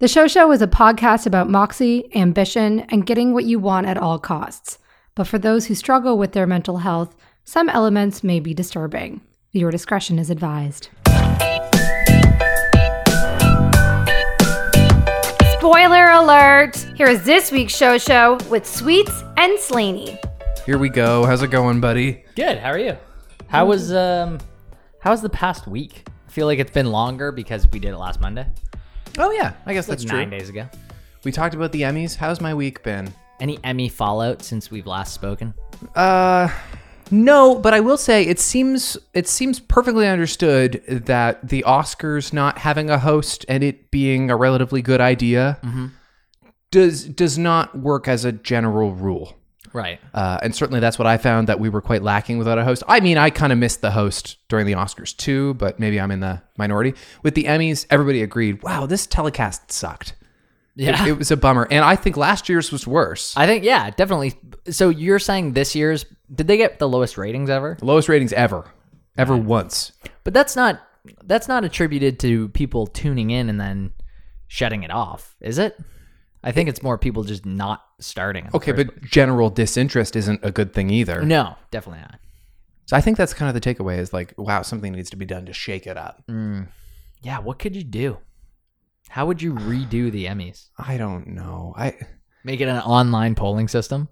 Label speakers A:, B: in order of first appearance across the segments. A: The Show Show is a podcast about moxie, ambition, and getting what you want at all costs. But for those who struggle with their mental health, some elements may be disturbing. Your discretion is advised. Spoiler alert! Here is this week's Show Show with Sweets and Slaney.
B: Here we go. How's it going, buddy?
C: Good. How are you? How was um how was the past week? I feel like it's been longer because we did it last Monday.
B: Oh yeah, I guess that's
C: like
B: true.
C: nine days ago.
B: We talked about the Emmys. How's my week been?
C: Any Emmy fallout since we've last spoken?
B: Uh no, but I will say it seems it seems perfectly understood that the Oscars not having a host and it being a relatively good idea does does not work as a general rule.
C: Right.
B: Uh, and certainly that's what I found that we were quite lacking without a host. I mean, I kind of missed the host during the Oscars too, but maybe I'm in the minority. With the Emmys, everybody agreed, wow, this telecast sucked.
C: Yeah.
B: It, it was a bummer. And I think last year's was worse.
C: I think yeah, definitely. So you're saying this year's did they get the lowest ratings ever?
B: Lowest ratings ever. Ever once.
C: But that's not that's not attributed to people tuning in and then shutting it off, is it? I think it's more people just not starting. in the
B: Okay,
C: first-
B: but general disinterest isn't a good thing either.
C: no, definitely not.
B: So I think that's kind of the takeaway is like, wow, something needs to be done to shake it up.
C: Yeah, what could you do? How would you redo the Emmys?
B: I don't know. I
C: Make it an online polling system?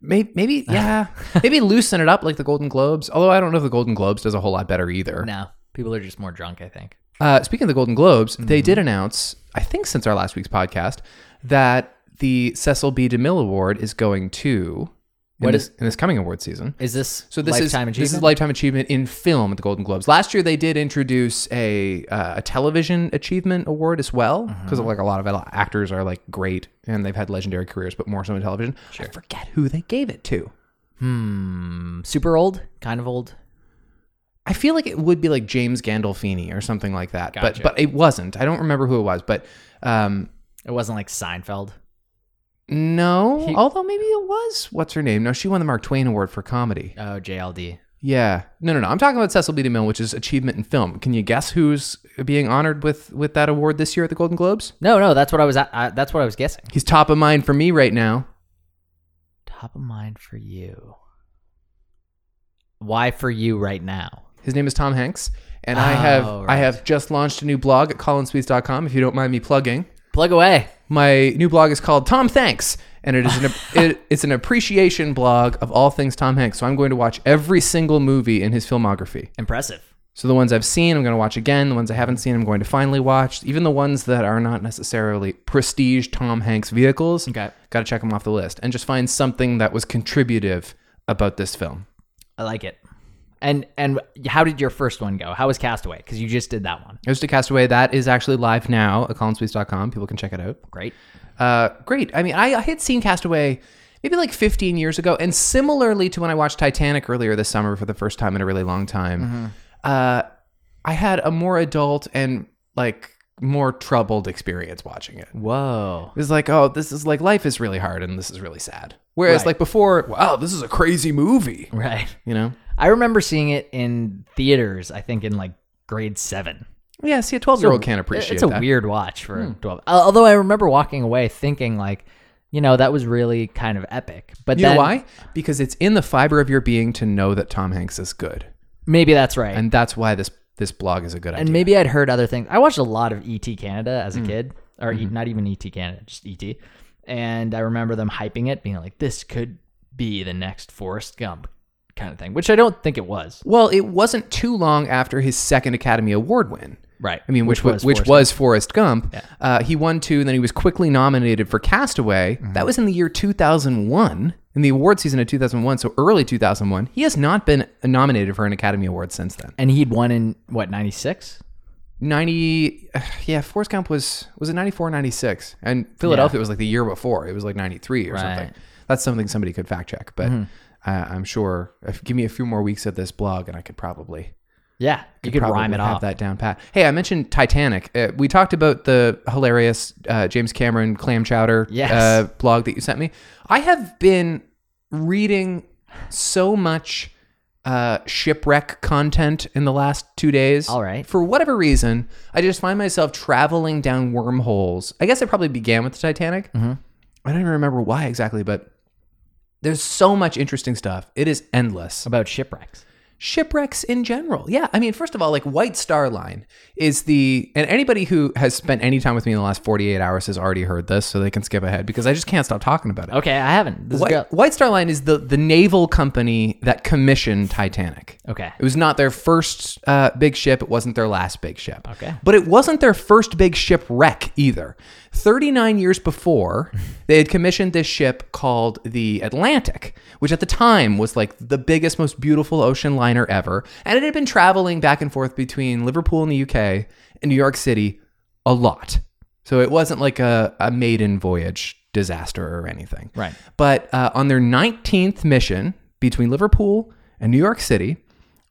B: maybe, maybe yeah. maybe loosen it up like the Golden Globes. Although I don't know if the Golden Globes does a whole lot better either.
C: No. People are just more drunk, I think.
B: Uh, speaking of the Golden Globes, they
C: Mm-hmm.
B: did announce, I think since our last week's podcast, that the Cecil B. DeMille Award is going to in
C: What
B: this,
C: is-
B: in this coming award season.
C: Is this
B: So this
C: lifetime
B: is
C: achievement?
B: this is lifetime achievement in film at the Golden Globes. Last year they did introduce a uh, a television achievement award as well because
C: Mm-hmm.
B: like a lot of actors are like great and they've had legendary careers, but more so in television. I forget who they gave it to.
C: Hmm, super old, kind of old.
B: I feel like it would be like James Gandolfini or something like that,
C: Gotcha.
B: but but it wasn't. I don't remember who it was, but um,
C: It wasn't like Seinfeld.
B: No,
C: He-
B: although maybe it was. What's her name? No, she won the Mark Twain Award for comedy.
C: Oh, JLD.
B: Yeah, no, no, no. I'm talking about Cecil B. DeMille, which is achievement in film. Can you guess who's being honored with with that award this year at the Golden Globes?
C: No, no, that's what I was at, I, that's what I was guessing.
B: He's top of mind for me right now.
C: Top of mind for you. Why for you right now?
B: His name is Tom Hanks, and I have
C: Oh,
B: I
C: right.
B: have just launched a new blog at collinsweets.com. If you don't mind me plugging,
C: Plug away.
B: my new blog is called Tom Thanks, and it is an it, it's an appreciation blog of all things Tom Hanks. So I'm going to watch every single movie in his filmography.
C: Impressive.
B: So the ones I've seen, I'm going to watch again. The ones I haven't seen, I'm going to finally watch. Even the ones that are not necessarily prestige Tom Hanks vehicles.
C: Okay.
B: Got to check them off the list and just find something that was contributive about this film.
C: I like it. And and how did your first one go? How was Castaway? Because you just did that one.
B: Here's to Castaway. That is actually live now at collinsweets.com. People can check it out.
C: Great.
B: Uh, great. I mean, I, I had seen Castaway maybe like 15 years ago, and similarly to when I watched Titanic earlier this summer for the first time in a really long time, uh, I had a more adult and like more troubled experience watching it.
C: Whoa.
B: It's like, oh, this is like life is really hard and this is really sad. Whereas
C: Right.
B: like before, wow, this is a crazy movie.
C: Right.
B: You know?
C: I remember seeing it in theaters, I think in like grade seven.
B: Yeah, see, a twelve year old can't appreciate
C: It's a
B: that. Hmm.
C: weird watch for 12. al- Although I remember walking away thinking, like, you know, that was really kind of epic. But
B: you
C: then,
B: know why? Because it's in the fiber of your being to know that Tom Hanks is good.
C: Maybe that's right. And,
B: And that's why this this blog is a good idea. Hmm.
C: maybe I'd heard other things. I watched a lot of E.T. Canada as a kid, or E-
B: Mm-hmm.
C: not even E.T. Canada, just E.T. And I remember them hyping it, being like, this could be the next Forrest Gump kind of thing, which I don't think it was.
B: well, it wasn't too long after his second Academy Award win.
C: Right.
B: I mean, which, wa- which was
C: Forrest
B: Forrest Gump. Uh, he won two, and then he was quickly nominated for Castaway. That was in the year 2001, in the award season of 2001, so early 2001. He has not been nominated for an Academy Award since then.
C: and he'd won in what 96
B: 90, yeah, Forrest Gump was was it 94, 96, and Philadelphia was like the year before. It was like 93 or
C: Right.
B: something. That's something somebody could fact check, but. Uh, I'm sure. If, give me a few more weeks of this blog, and I could probably
C: yeah you could
B: probably
C: rhyme it
B: have
C: off
B: that down pat. Hey, I mentioned Titanic. Uh, we talked about the hilarious uh, James Cameron clam chowder
C: Yes.
B: uh, blog that you sent me. I have been reading so much uh, shipwreck content in the last two days.
C: All right.
B: For whatever reason, I just find myself traveling down wormholes. I guess I probably began with the Titanic.
C: Mm-hmm.
B: I don't even remember why exactly, but there's so much interesting stuff. It is endless.
C: about shipwrecks.
B: Shipwrecks in general. Yeah. I mean, first of all, like White Star Line is the, and anybody who has spent any time with me in the last 48 hours has already heard this, so they can skip ahead because I just can't stop talking about it.
C: Okay, I haven't. This girl.
B: White, White Star Line is the, the naval company that commissioned Titanic.
C: Okay.
B: It was not their first uh, big ship. It wasn't their last big ship.
C: Okay.
B: But it wasn't their first big shipwreck either. 39 years before, they had commissioned this ship called the Atlantic, which at the time was like the biggest, most beautiful ocean liner ever. And it had been traveling back and forth between Liverpool in the UK and New York City a lot. So it wasn't like a, a maiden voyage disaster or anything.
C: Right.
B: But uh, on their 19th mission between Liverpool and New York City,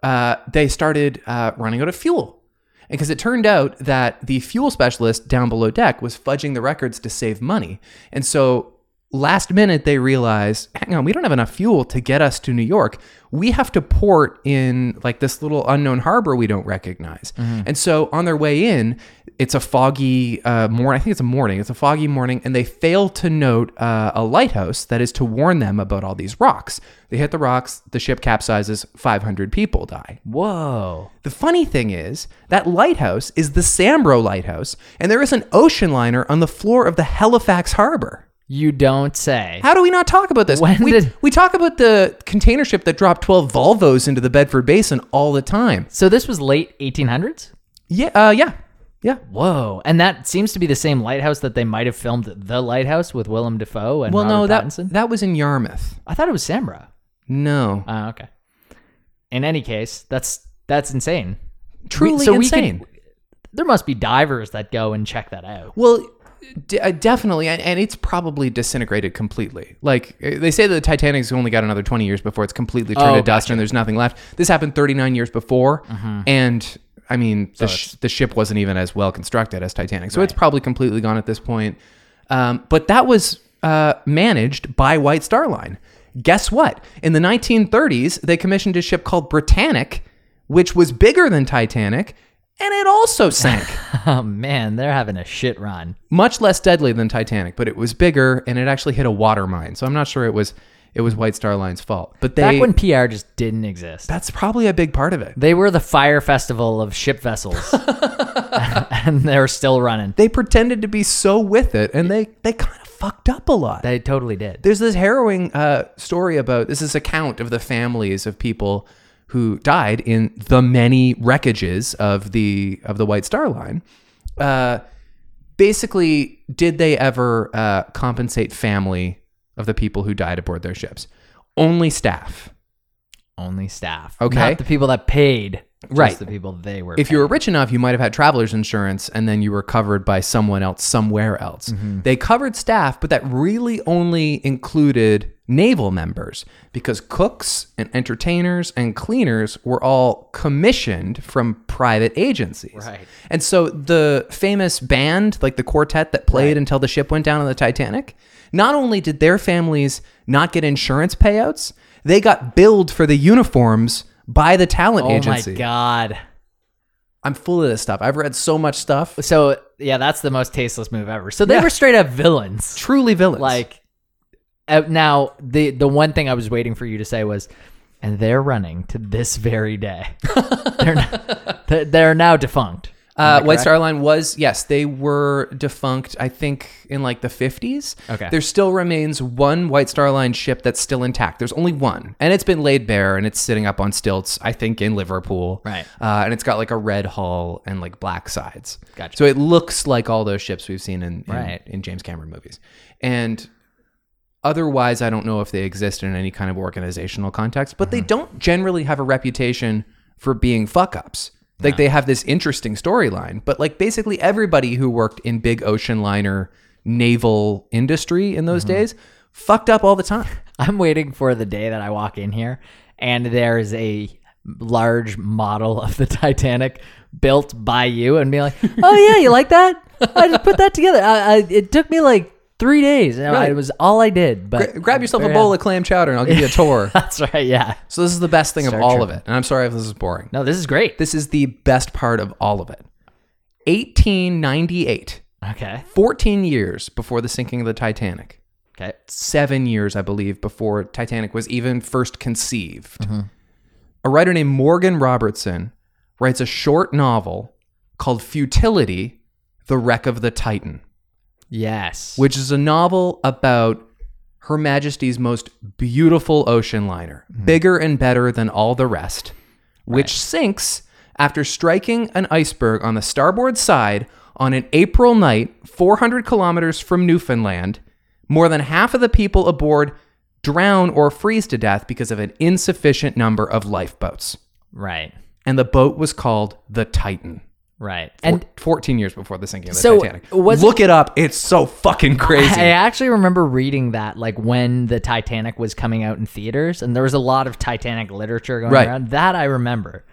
B: uh, they started uh, running out of fuel. And because it turned out that the fuel specialist down below deck was fudging the records to save money. And so last minute, they realized hang on, we don't have enough fuel to get us to New York. We have to port in like this little unknown harbor we don't recognize. And so on their way in, it's a foggy uh, morning. I think it's a morning. It's a foggy morning, and they fail to note uh, a lighthouse that is to warn them about all these rocks. They hit the rocks, the ship capsizes, 500 people die.
C: Whoa.
B: The funny thing is, that lighthouse is the Sambro Lighthouse, and there is an ocean liner on the floor of the Halifax Harbor.
C: You don't say.
B: How do we not talk about this?
C: When
B: we,
C: did-
B: we talk about the container ship that dropped 12 Volvos into the Bedford Basin all the time.
C: So this was late 1800s?
B: Yeah, uh, yeah, yeah.
C: Whoa. And that seems to be the same lighthouse that they might have filmed The Lighthouse with Willem Dafoe and
B: Well,
C: Robert
B: no, that,
C: Pattinson.
B: that was in Yarmouth.
C: I thought it was Samra.
B: No.
C: Oh, okay. In any case, that's that's insane.
B: Truly
C: so we
B: insane.
C: could- there must be divers that go and check that out.
B: Well, d- uh, definitely, and, and it's probably disintegrated completely. Like uh, they say, that the Titanic's only got another twenty years before it's completely turned
C: Oh,
B: to dust and there's nothing left. This happened thirty nine years before, and I mean, the, sh- the ship wasn't even as well constructed as Titanic, so it's probably completely gone at this point. Um, but that was uh, managed by White Star Line. Guess what? In the 1930s, they commissioned a ship called Britannic, which was bigger than Titanic, and it also sank
C: Oh man, they're having a shit run.
B: much less deadly than Titanic, but it was bigger and it actually hit a water mine. So I'm not sure it was it was White Star Line's fault. But they
C: Back when PR just didn't exist.
B: that's probably a big part of it.
C: They were the fire festival of ship vessels. and they're still running.
B: They pretended to be so with it and they they kind of fucked up a lot.
C: They totally did.
B: There's this harrowing uh, story about this is account of the families of people who died in the many wreckages of the of the White Star Line. Uh, basically, did they ever uh, compensate family of the people who died aboard their ships? Only staff.
C: Only staff.
B: Okay.
C: Not the people that paid. Just
B: Right.
C: the people they were
B: if you were rich enough, you might have had traveler's insurance and then you were covered by someone else somewhere else.
C: Mm-hmm.
B: They covered staff, but that really only included naval members because cooks and entertainers and cleaners were all commissioned from private agencies.
C: Right.
B: And so the famous band, like the quartet that played until the ship went down on the Titanic, not only did their families not get insurance payouts, they got billed for the uniforms by the talent
C: Oh
B: agency.
C: my god.
B: I'm full of this stuff. I've read so much stuff.
C: So yeah, that's the most tasteless move ever. So they
B: Yeah.
C: were straight up villains.
B: Truly villains.
C: Like uh, now the the one thing I was waiting for you to say was and they're running to this very day. they're, not, they're- they're now defunct.
B: uh, White Star Line was yes, they were defunct. I think in like the 50s.
C: Okay.
B: There still remains one White Star Line ship that's still intact. There's only one, and it's been laid bare and it's sitting up on stilts. I think in Liverpool.
C: Right.
B: Uh, and it's got like a red hull and like black sides.
C: Gotcha.
B: So it looks like all those ships we've seen in in,
C: Right.
B: in James Cameron movies, and Otherwise, I don't know if they exist in any kind of organizational context, but they
C: Mm-hmm.
B: don't generally have a reputation for being fuck ups. Like they have this interesting storyline, but like basically everybody who worked in big ocean liner naval industry in
C: Mm-hmm.
B: those days fucked up all the time.
C: I'm waiting for the day that I walk in here and there is a large model of the Titanic built by you and be like, "Oh yeah, you like that? I just put that together. I, I, it took me like three days, and I,
B: Really?
C: it was all I did. But
B: Gra- grab yourself a
C: Yeah.
B: bowl of clam chowder and I'll give you a tour.
C: That's right. Yeah.
B: so this is the best thing of
C: Star
B: all
C: Trek.
B: of it. And I'm sorry if this is boring.
C: No, this is great.
B: This is the best part of all of it. 1898,
C: okay.
B: 14 years before the sinking of the Titanic.
C: Okay.
B: seven years, I believe, before Titanic was even first conceived. A writer named Morgan Robertson writes a short novel called Futility The Wreck of the Titan,
C: Yes.
B: which is a novel about Her Majesty's most beautiful ocean liner,
C: Mm-hmm.
B: bigger and better than all the rest, which sinks after striking an iceberg on the starboard side on an April night 400 kilometers from Newfoundland. More than half of the people aboard drown or freeze to death because of an insufficient number of lifeboats.
C: right.
B: And the boat was called the Titan.
C: Right.
B: And
C: And
B: 14 years before the sinking of the
C: So,
B: Titanic.
C: was-
B: Look it up. It's so fucking crazy.
C: I actually remember reading that like when the Titanic was coming out in theaters and there was a lot of Titanic literature going
B: Right.
C: around. That I remember.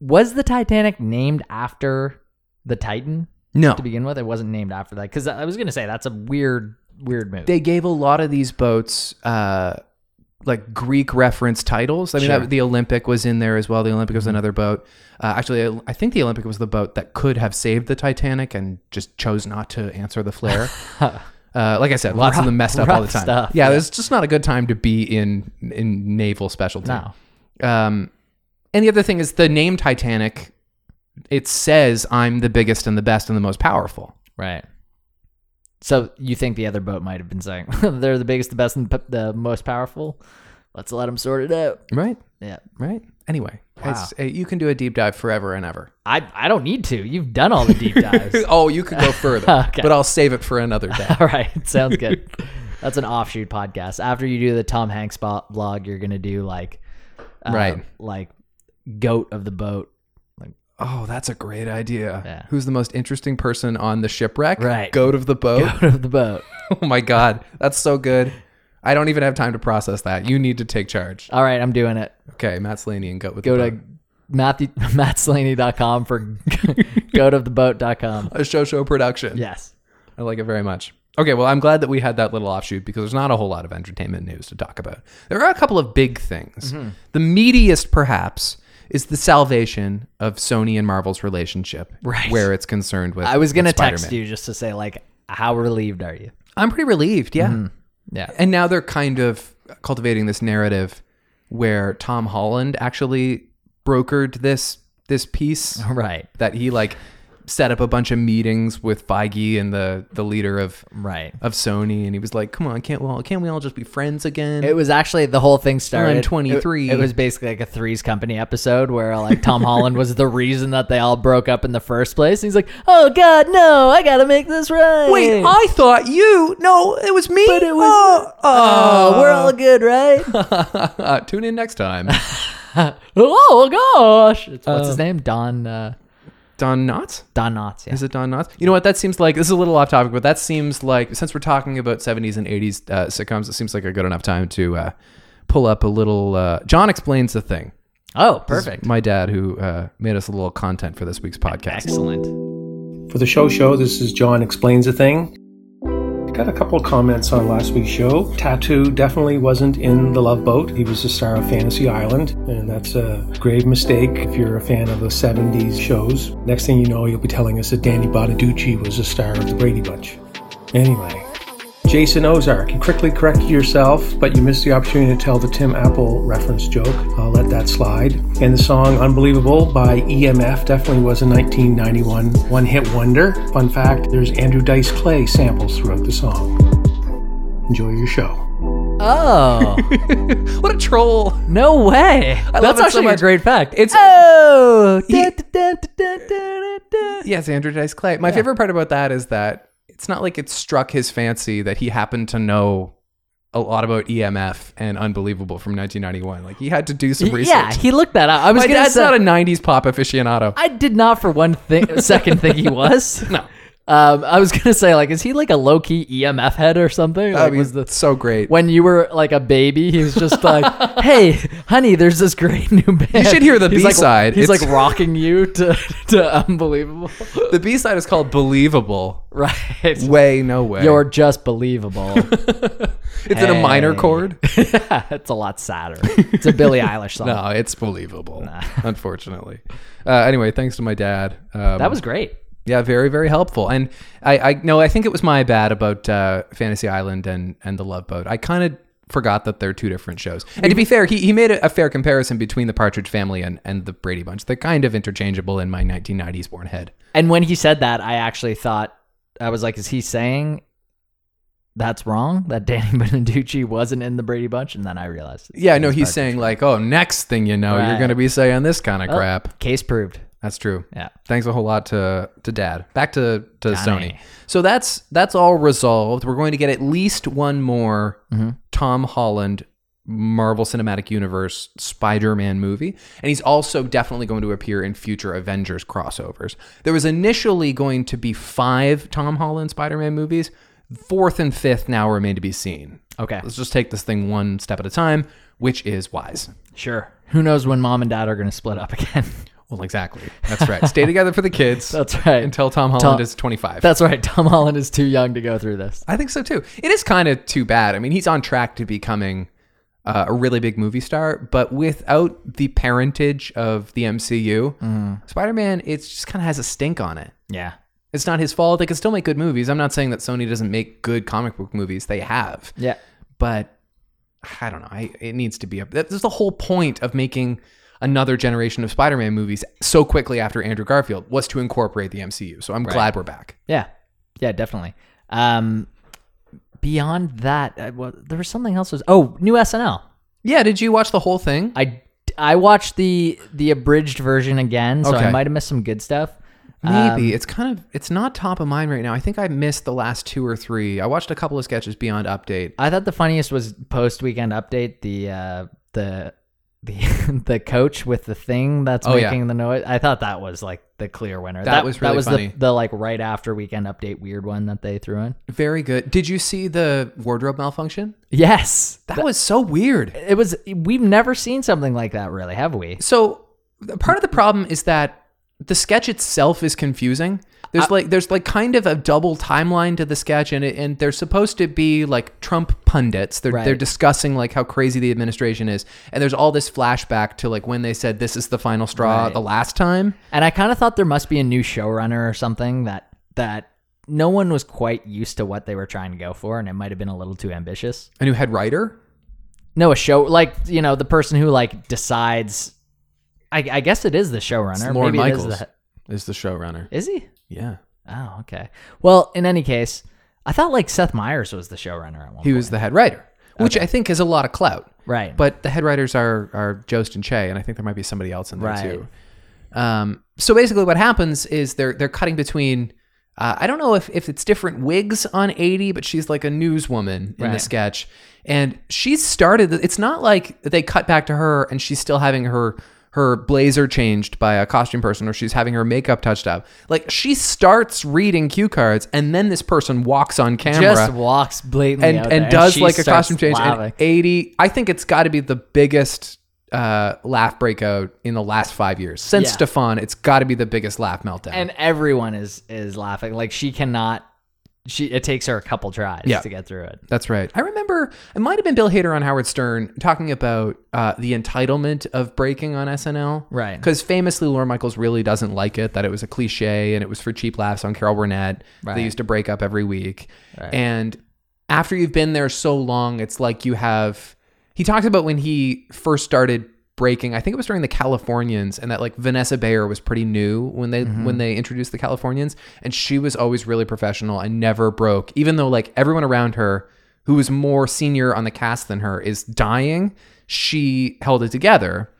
C: Was the Titanic named after the Titan
B: no.
C: to begin with? It wasn't named after that cuz I was going to say that's a weird weird move.
B: they gave a lot of these boats uh like Greek reference titles. I mean,
C: Sure. Mm-hmm.
B: that, the Olympic was in there as well. The Olympic was another boat. Uh, actually, I- I think the Olympic was the boat that could have saved the Titanic and just chose not to answer the flare. uh, like I said, lots of them messed up all the
C: rough
B: time.
C: stuff,
B: yeah, it's just not a good time to be in in naval specialty.
C: no.
B: Um, and the other thing is the name Titanic. It says I'm the biggest and the best and the most powerful.
C: Right. So you think the other boat might have been saying they're the biggest, the best, and p- the most powerful? Let's let them sort it out.
B: Right.
C: Yeah.
B: Right. Anyway, it's, uh, you can do a deep dive forever and ever.
C: I I don't need to. You've done all the deep dives.
B: oh, you could go further,
C: Okay.
B: but I'll save it for another day.
C: all right. Sounds good. That's an offshoot podcast. After you do the Tom Hanks bo- blog, you're gonna do like, um,
B: Right.
C: like goat of the boat.
B: oh, that's a great idea.
C: Yeah.
B: Who's the most interesting person on the shipwreck?
C: Right.
B: Goat of the boat.
C: Goat of the boat.
B: oh my God. That's so good. I don't even have time to process that. You need to take charge.
C: All right, I'm doing it.
B: Okay, Matt Slaney and Goat with
C: Go
B: the
C: to Matthew mattSlaney.com for goat of the boat.com.
B: Boat. A show show production.
C: Yes.
B: I like it very much. Okay, well, I'm glad that we had that little offshoot because there's not a whole lot of entertainment news to talk about. There are a couple of big things.
C: Mm-hmm.
B: The meatiest, perhaps, is the salvation of Sony and Marvel's relationship,
C: Right.
B: where it's concerned with.
C: I was gonna
B: with Spider-Man.
C: text you just to say like, how relieved are you?
B: I'm pretty relieved, yeah.
C: Yeah.
B: Mm-hmm. And now they're kind of cultivating this narrative where Tom Holland actually brokered this this piece
C: Right.
B: that he like set up a bunch of meetings with Feige and the the leader of
C: Right.
B: of Sony, and he was like, "Come on, can't we all can't we all just be friends again?"
C: It was actually the whole thing started.
B: I'm 23.
C: It, it was basically like a Three's Company episode where like Tom Holland was the reason that they all broke up in the first place. He's like, "Oh God, no! I gotta make this right."
B: Wait, I thought you. No, it was me. But it
C: was- oh, we're all good, right?
B: Uh, Tune in next time.
C: oh gosh, It's- what's his name? Don uh,
B: Don Knotts?
C: Don Knotts. Yeah.
B: Is it Don Knotts? You know what? That seems like this is a little off topic, but that seems like since we're talking about 70s and 80s uh, sitcoms, it seems like a good enough time to uh, pull up a little. Uh, John explains the thing.
C: oh,
B: This is
C: perfect.
B: My dad, who uh, made us a little content for this week's podcast.
C: Excellent.
D: For the show show, this is John Explains a Thing. Got a couple of comments on last week's show. Tattoo definitely wasn't in The Love Boat. He was the star of Fantasy Island, and that's a grave mistake if you're a fan of the 70s shows. Next thing you know, you'll be telling us that Danny Bonaducci was the star of The Brady Bunch. Anyway, Jason Ozark, you quickly corrected yourself, but you missed the opportunity to tell the Tim Apple reference joke. I'll let that slide. And the song Unbelievable by EMF definitely was a 1991 one hit wonder. Fun fact there's Andrew Dice Clay samples throughout the song. Enjoy your show.
C: Oh
B: What a troll!
C: no way!
B: love it
C: That's
B: so
C: actually a
B: much.
C: great fact.
B: It's-
C: oh.
B: Ye-
C: dun, dun, dun, dun, dun, dun.
B: Yes, Andrew Dice Clay. My favorite part about that is that it's not like it struck his fancy that he happened to know a lot about EMF and Unbelievable from 1991. Like he had to do some research.
C: Yeah, he looked that up. I was
B: My
C: gonna
B: dad's
C: say,
B: not a 90s pop aficionado.
C: I did not for one thing second think he was.
B: no.
C: Um, I was gonna say, like, is he like a low key EMF head or something?
B: I
C: Like,
B: mean,
C: was the
B: so great.
C: when you were like a baby, he was just like, "Hey, honey, there's this great new band." You
B: should hear the
C: he's like-
B: B-side.
C: he's
B: It's-
C: like rocking you to to unbelievable,
B: the B side is called Believable.
C: right?
B: Way, no way.
C: You're just believable.
B: it's in a minor
C: Hey.
B: chord.
C: it's a lot sadder. It's a Billie Eilish song.
B: No, it's believable. Unfortunately. Uh, anyway, thanks to my dad. Um,
C: That was great.
B: yeah, very very helpful. And I, I no, I think it was my bad about uh, Fantasy Island and and the Love Boat. I kind of forgot that they're two different shows. And to be fair, he, he made a, a fair comparison between the Partridge Family and and the Brady Bunch. They're kind of interchangeable in my 1990s born head.
C: And when he said that, I actually thought I was like, "Is he saying that's wrong? That Danny Beneducci wasn't in the Brady Bunch?" And then I realized,
B: Yeah, no, he's saying like, oh, next thing you know, you're
C: Right.
B: going to be saying this kind of
C: Oh,
B: crap.
C: Case proved.
B: That's true.
C: Yeah.
B: Thanks a whole lot to to Dad. Back to to
C: Johnny.
B: Sony. So that's that's all resolved. We're going to get at least one more
C: Mm-hmm.
B: Tom Holland Marvel Cinematic Universe Spider-Man movie, and he's also definitely going to appear in future Avengers crossovers. There was initially going to be five Tom Holland Spider-Man movies. Fourth and fifth now remain to be seen.
C: Okay.
B: Let's just take this thing one step at a time, which is wise.
C: Sure. Who knows when mom and dad are going to split up again?
B: Well, exactly. That's right. Stay together for the kids.
C: That's right.
B: Until Tom Holland is 25.
C: That's right. Tom Holland is too young to go through this.
B: I think so too. It is kind of too bad. I mean, he's on track to becoming uh, a really big movie star, but without the parentage of the MCU, Spider Man, it just kind of has a stink on it.
C: Yeah.
B: It's not his fault. They can still make good movies. I'm not saying that Sony doesn't make good comic book movies. They have.
C: Yeah.
B: But I don't know. I, it needs to be up. That's the whole point of making another generation of Spider Man movies so quickly after Andrew Garfield was to incorporate the MCU. So I'm glad we're back.
C: Yeah. Yeah, definitely. Um beyond that, I, well, there was something else was Oh, new SNL.
B: Yeah. Did you watch the whole thing?
C: I I watched the the abridged version again, so
B: Okay.
C: I might have missed some good stuff. Um,
B: Maybe it's kind of it's not top of mind right now. I think I missed the last two or three. I watched a couple of sketches beyond update.
C: I thought the funniest was post weekend update the uh the the the coach with the thing that's
B: Oh, yeah.
C: making the noise. I thought that was like the clear winner.
B: That was really
C: that was
B: funny.
C: the the like right after weekend update weird one that they threw in.
B: Very good. Did you see the wardrobe malfunction?
C: Yes.
B: That, was so weird.
C: it was we've never seen something like that really have we
B: So the- part of the problem is that the sketch itself is confusing. There's
C: Uh,
B: like there's like kind of a double timeline to the sketch, and it, and they're supposed to be like Trump pundits. They're
C: Right.
B: they're discussing like how crazy the administration is, and there's all this flashback to like when they said this is the final straw
C: Right.
B: the last time.
C: and i kind of thought there must be a new showrunner or something that that no one was quite used to what they were trying to go for and it might have been a little too ambitious
B: A new head writer.
C: no a show like you know the person who like decides i, I guess it is the showrunner
B: It's Lorne
C: Maybe it is
B: Michaels.
C: the-
B: is the showrunner.
C: is he
B: Yeah.
C: oh okay well in any case i thought like seth meyers was the showrunner at one
B: He
C: point
B: was the head writer, which I think is a lot of clout.
C: right
B: But the head writers are are Jost and Che, and I think there might be somebody else in there
C: Right.
B: too. Um, so basically, what happens is they're they're cutting between. Uh, I don't know if, if it's different wigs on 80, but she's like a newswoman in the
C: Right.
B: sketch. And she started, it's not like they cut back to her and she's still having her her blazer changed by a costume person or she's having her makeup touched up. Like she starts reading cue cards and then this person walks on camera
C: just walks blatantly
B: and
C: out
B: and
C: there,
B: does
C: she
B: like a
C: starts
B: costume change and
C: laughing.
B: 80 i think it's got to be the biggest uh laugh breakout in the last five years since
C: Yeah.
B: stefan it's got to be the biggest laugh meltdown
C: and everyone is is laughing like she cannot she it takes her a couple tries
B: Yeah.
C: to get through it
B: that's right i remember it might have been bill hader on howard stern talking about uh the entitlement of breaking on snl
C: Right.
B: because famously Laura michaels really doesn't like it that it was a cliche and it was for cheap laughs on carol burnett they
C: Right.
B: used to break up every week and after you've been there so long it's like you have he talks about when he first started breaking i think it was during the californians and that like vanessa bayer was pretty new when they when they introduced the californians and she was always really professional and never broke even though like everyone around her who was more senior on the cast than her is dying she held it together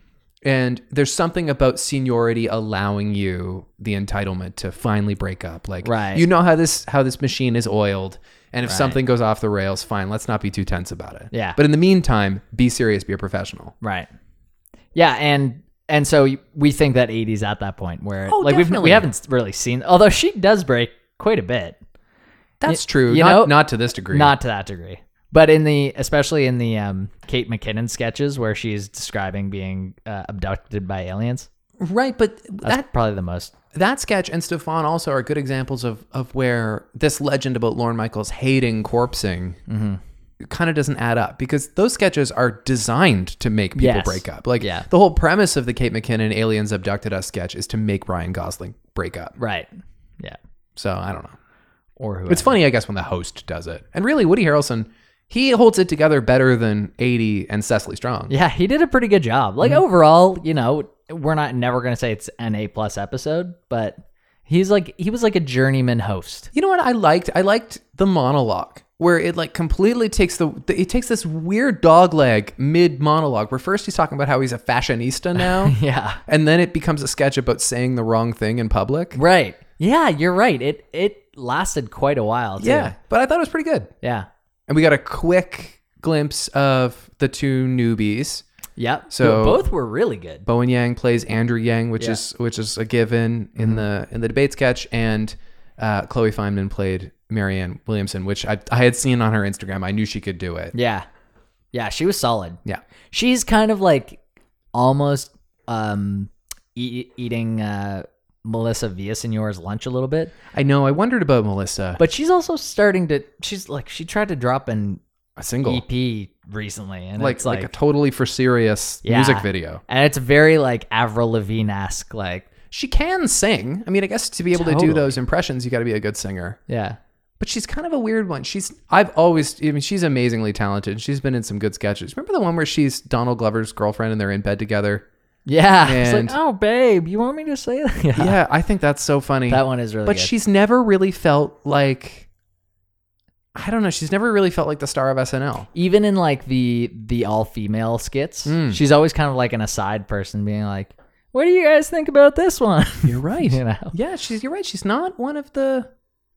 B: and there's something about seniority allowing you the entitlement to finally break up like
C: Right.
B: you know how this how this machine is oiled and if something goes off the rails fine let's not be too tense about it
C: Yeah.
B: but in the meantime be serious be a professional
C: right yeah and and so we think that 80's at that point where
B: Oh,
C: like we've,
B: definitely.
C: we haven't really seen although she does break quite a bit.
B: That's true.
C: you
B: not,
C: know-
B: not to this degree.
C: Not to that degree. But in the, especially in the um, Kate McKinnon sketches where she's describing being uh, abducted by aliens,
B: right, but
C: that's
B: that
C: probably the most.
B: that sketch and Stefan also are good examples of of where this legend about Lorne Michaels hating corpsing
C: Mm-hmm.
B: kind of doesn't add up because those sketches are designed to make people
C: Yes.
B: break up. Like
C: Yeah.
B: the whole premise of the Kate McKinnon aliens abducted us sketch is to make Ryan Gosling break up.
C: Right. Yeah.
B: So I don't know.
C: Or who?
B: It's funny, I guess, when the host does it. And really, Woody Harrelson, he holds it together better than 80 and Cecily Strong.
C: Yeah, he did a pretty good job. Like
B: Mm-hmm.
C: overall, you know, we're not never gonna say it's an A plus episode, but he's like he was like a journeyman host.
B: You know what I liked? I liked the monologue where it like completely takes the it takes this weird dog leg mid monologue where first he's talking about how he's a fashionista now
C: Yeah.
B: and then it becomes a sketch about saying the wrong thing in public.
C: Right. Yeah, you're right. It it lasted quite a while. Too.
B: Yeah, but I thought it was pretty good.
C: Yeah.
B: And we got a quick glimpse of the two newbies.
C: Yep.
B: So-
C: both were really good.
B: Bowen Yang plays Andrew Yang, which
C: Yeah. Mm-hmm.
B: is which is a given in the in the debate sketch, and uh, Chloe Feynman played Marianne Williamson, which I, I had seen on her Instagram. I knew she could do it.
C: Yeah. Yeah, she was solid.
B: Yeah.
C: She's kind of like almost um e- eating uh Melissa Villasenor's lunch a little bit.
B: I know. I wondered about Melissa.
C: But she's also starting to she's like she tried to drop an
B: a single,
C: EP recently, E and
B: like,
C: it's
B: like
C: like,
B: a totally for serious
C: Yeah.
B: music video.
C: and it's very like Avril Lavigne esque, like
B: She can sing. I mean, I guess to be able to do
C: Totally.
B: those impressions, you got to be a good singer.
C: yeah,
B: But she's kind of a weird one. She's I've always I mean she's amazingly talented. She's been in some good sketches. Remember the one where she's Donald Glover's girlfriend and they're in bed together?
C: yeah.
B: And-
C: it's like, oh babe, you want me to say that? Yeah,
B: Yeah, I think that's so funny.
C: that one is really.
B: but
C: good.
B: she's never really felt like I don't know. She's never really felt like the star of SNL.
C: even in like the the all female skits,
B: Mm.
C: she's always kind of like an aside person, being like, "What do you guys think about this one?"
B: You're right.
C: you know,
B: Yeah, she's. You're right. She's not one of the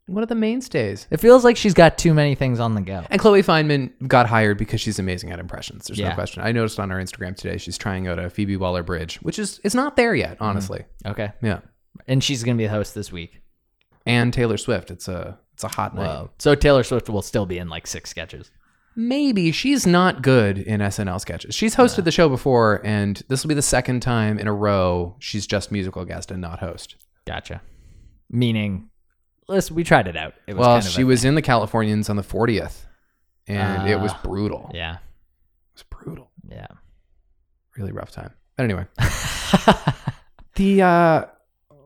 B: one of the mainstays.
C: it feels like she's got too many things on the go.
B: And Chloe Feynman got hired because she's amazing at impressions. There's no
C: Yeah.
B: question. I noticed on her Instagram today she's trying out a Phoebe Waller Bridge, which is it's not there yet,
C: Mm-hmm.
B: honestly.
C: Okay,
B: Yeah.
C: and she's gonna be the host this week.
B: And Taylor Swift. It's a it's a hot night.
C: So Taylor Swift will still be in like six sketches.
B: Maybe she's not good in SNL sketches. She's hosted the show before, and this will be the second time in a row she's just musical guest and not host.
C: Gotcha. Meaning, listen, we tried it out. It was
B: Well,
C: kind of
B: she
C: a-
B: was in the Californians on the 40th, and it was
C: Ah.
B: brutal.
C: Yeah,
B: It was brutal.
C: yeah.
B: Really rough time. But anyway, the uh,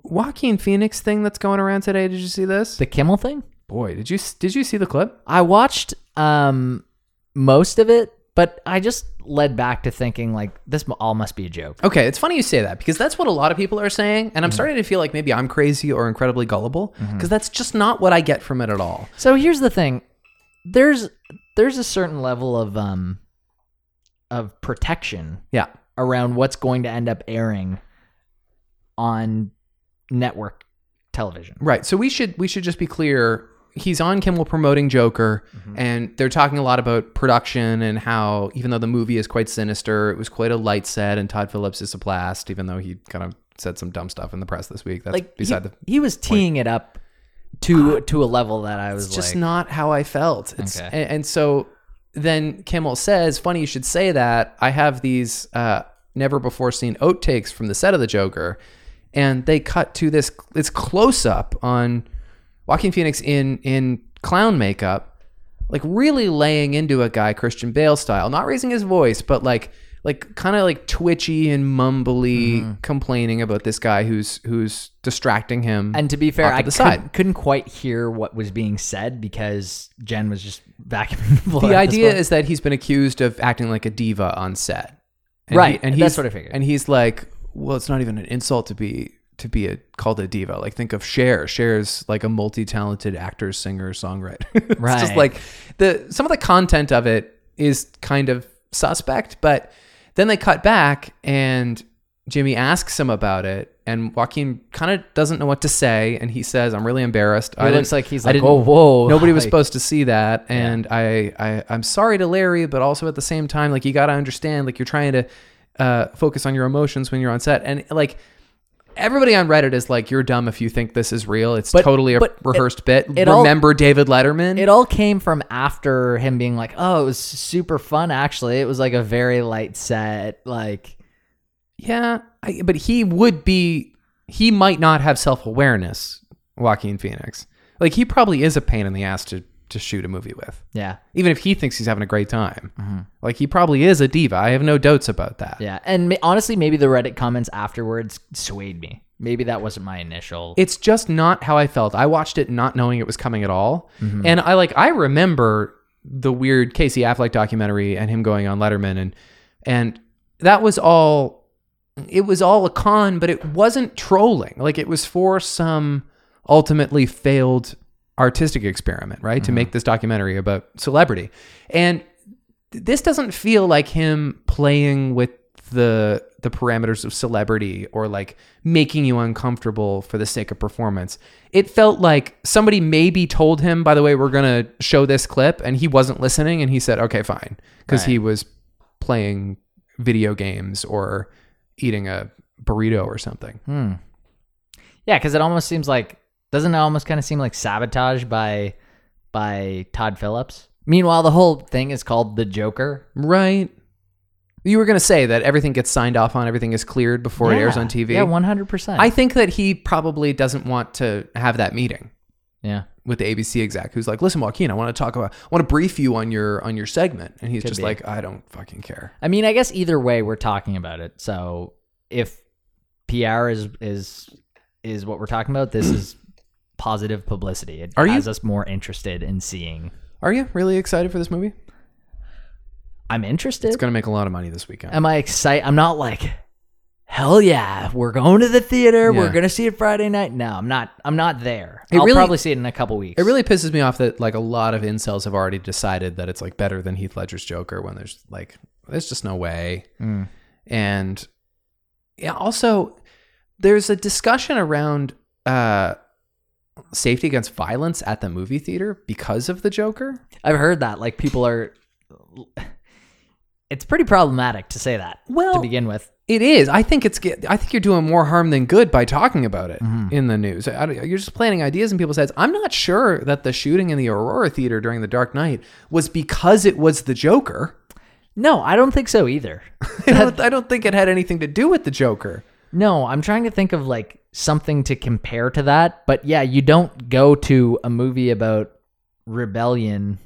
B: Joaquin Phoenix thing that's going around today. Did you see this?
C: the Kimmel thing.
B: Boy, did you did you see the clip?
C: I watched um most of it, but I just led back to thinking like this mu- all must be a joke.
B: Okay, it's funny you say that because that's what a lot of people are saying, and I'm starting to feel like maybe I'm crazy or incredibly gullible because that's just not what I get from it at all.
C: So here's the thing. There's there's a certain level of um of protection
B: Yeah.
C: around what's going to end up airing on network television.
B: Right. So we should we should just be clear. He's on Kimmel promoting Joker,
C: Mm-hmm.
B: and they're talking a lot about production and how even though the movie is quite sinister, it was quite a light set, and Todd Phillips is a blast, even though he kind of said some dumb stuff in the press this week. That's
C: Like he,
B: beside the. Uh,
C: he was teeing it up to to a level that I was
B: It's just
C: like
B: not how I felt. It's,
C: Okay.
B: and, and so then Kimmel says, "Funny you should say that. I have these uh, never before seen outtakes from the set of the Joker, and they cut to this this close up on Joaquin Phoenix in in clown makeup, like really laying into a guy Christian Bale style, not raising his voice, but like." Like kind of like twitchy and mumbly,
C: Mm-hmm.
B: complaining about this guy who's who's distracting him.
C: And to be fair,
B: off to
C: I
B: the
C: could,
B: side.
C: couldn't quite hear what was being said because Jen was just vacuuming the floor.
B: the
C: at this
B: idea
C: point.
B: is that he's been accused of acting like a diva on set. And
C: Right,
B: and
C: that's
B: he's-
C: what I figured.
B: And he's like, well, it's not even an insult to be to be a, called a diva. Like think of Cher. Cher's like a multi-talented actor, singer, songwriter. it's just
C: Right.
B: like the some of the content of it is kind of suspect, but then they cut back and Jimmy asks him about it and Joaquin kind of doesn't know what to say and he says, I'm really embarrassed.
C: He
B: I
C: looks
B: didn't-
C: like he's
B: I
C: like,
B: didn't-
C: oh, whoa.
B: Nobody was
C: Like,
B: supposed to see that, and I, I, I'm sorry to Larry, but also at the same time, like you got to understand, like you're trying to uh, focus on your emotions when you're on set, and like everybody on Reddit is like, "You're dumb if you think this is real. It's
C: But-
B: totally a
C: but it-
B: rehearsed bit."
C: it all-
B: Remember David Letterman?
C: It all came from after him being like, "Oh, it was super fun. Actually, it was like a very light set. Like,
B: yeah, I, but he would be. He might not have self awareness. Joaquin Phoenix, like he probably is a pain in the ass to to shoot a movie with,
C: yeah,
B: even if he thinks he's having a great time.
C: Mm-hmm.
B: Like he probably is a diva. I have no doubts about that.
C: yeah." And ma- honestly, maybe the Reddit comments afterwards swayed me. Maybe that wasn't my initial.
B: it's just not how I felt. I watched it not knowing it was coming at all. And I like I remember the weird Casey Affleck documentary and him going on Letterman and and that was all it was all a con, but it wasn't trolling. Like it was for some ultimately failed artistic experiment, right? To make this documentary about celebrity. And th- this doesn't feel like him playing with the the parameters of celebrity or like making you uncomfortable for the sake of performance. It felt like somebody maybe told him, by the way, we're going to show this clip and he wasn't listening and he said, "Okay, fine." Cuz
C: Right.
B: he was playing video games or eating a burrito or something.
C: Hmm. Yeah, because it almost seems like doesn't it almost kind of seem like sabotage by by Todd Phillips? Meanwhile, the whole thing is called the Joker.
B: Right. You were going to say that everything gets signed off on, everything is cleared before it airs
C: Yeah.
B: on TV.
C: Yeah, one hundred percent.
B: I think that he probably doesn't want to have that meeting
C: yeah,
B: with the ABC exec who's like, "Listen, Joaquin, I want to talk about I want to brief you on your on your segment." And he's
C: Could
B: just
C: be.
B: like, "I don't fucking care."
C: I mean, I guess either way, we're talking about it. So if PR is is is what we're talking about, this is positive publicity. It
B: Are you-
C: has us more interested in seeing.
B: Are you really excited for this movie?
C: I'm interested.
B: It's going to make a lot of money this weekend.
C: Am I excited? I'm not like, hell yeah, we're going to the theater.
B: Yeah.
C: We're gonna see it Friday night. No, I'm not. I'm not there.
B: It
C: I'll
B: really-
C: probably see it in a couple weeks.
B: it really pisses me off that like a lot of incels have already decided that it's like better than Heath Ledger's Joker when there's like there's just no way.
C: Mm.
B: and yeah, also there's a discussion around uh, safety against violence at the movie theater because of the Joker.
C: I've heard that. Like people are. It's pretty problematic to say that.
B: Well-
C: to begin with,
B: It is. I think it's. get- I think you're doing more harm than good by talking about it in the news. I, don't- you're just planting ideas in people's heads. I'm not sure that the shooting in the Aurora Theater during the Dark Knight was because it was the Joker.
C: no, I don't think so either.
B: I don't, I don't think it had anything to do with the Joker.
C: No, I'm trying to think of like something to compare to that. But yeah, you don't go to a movie about rebellion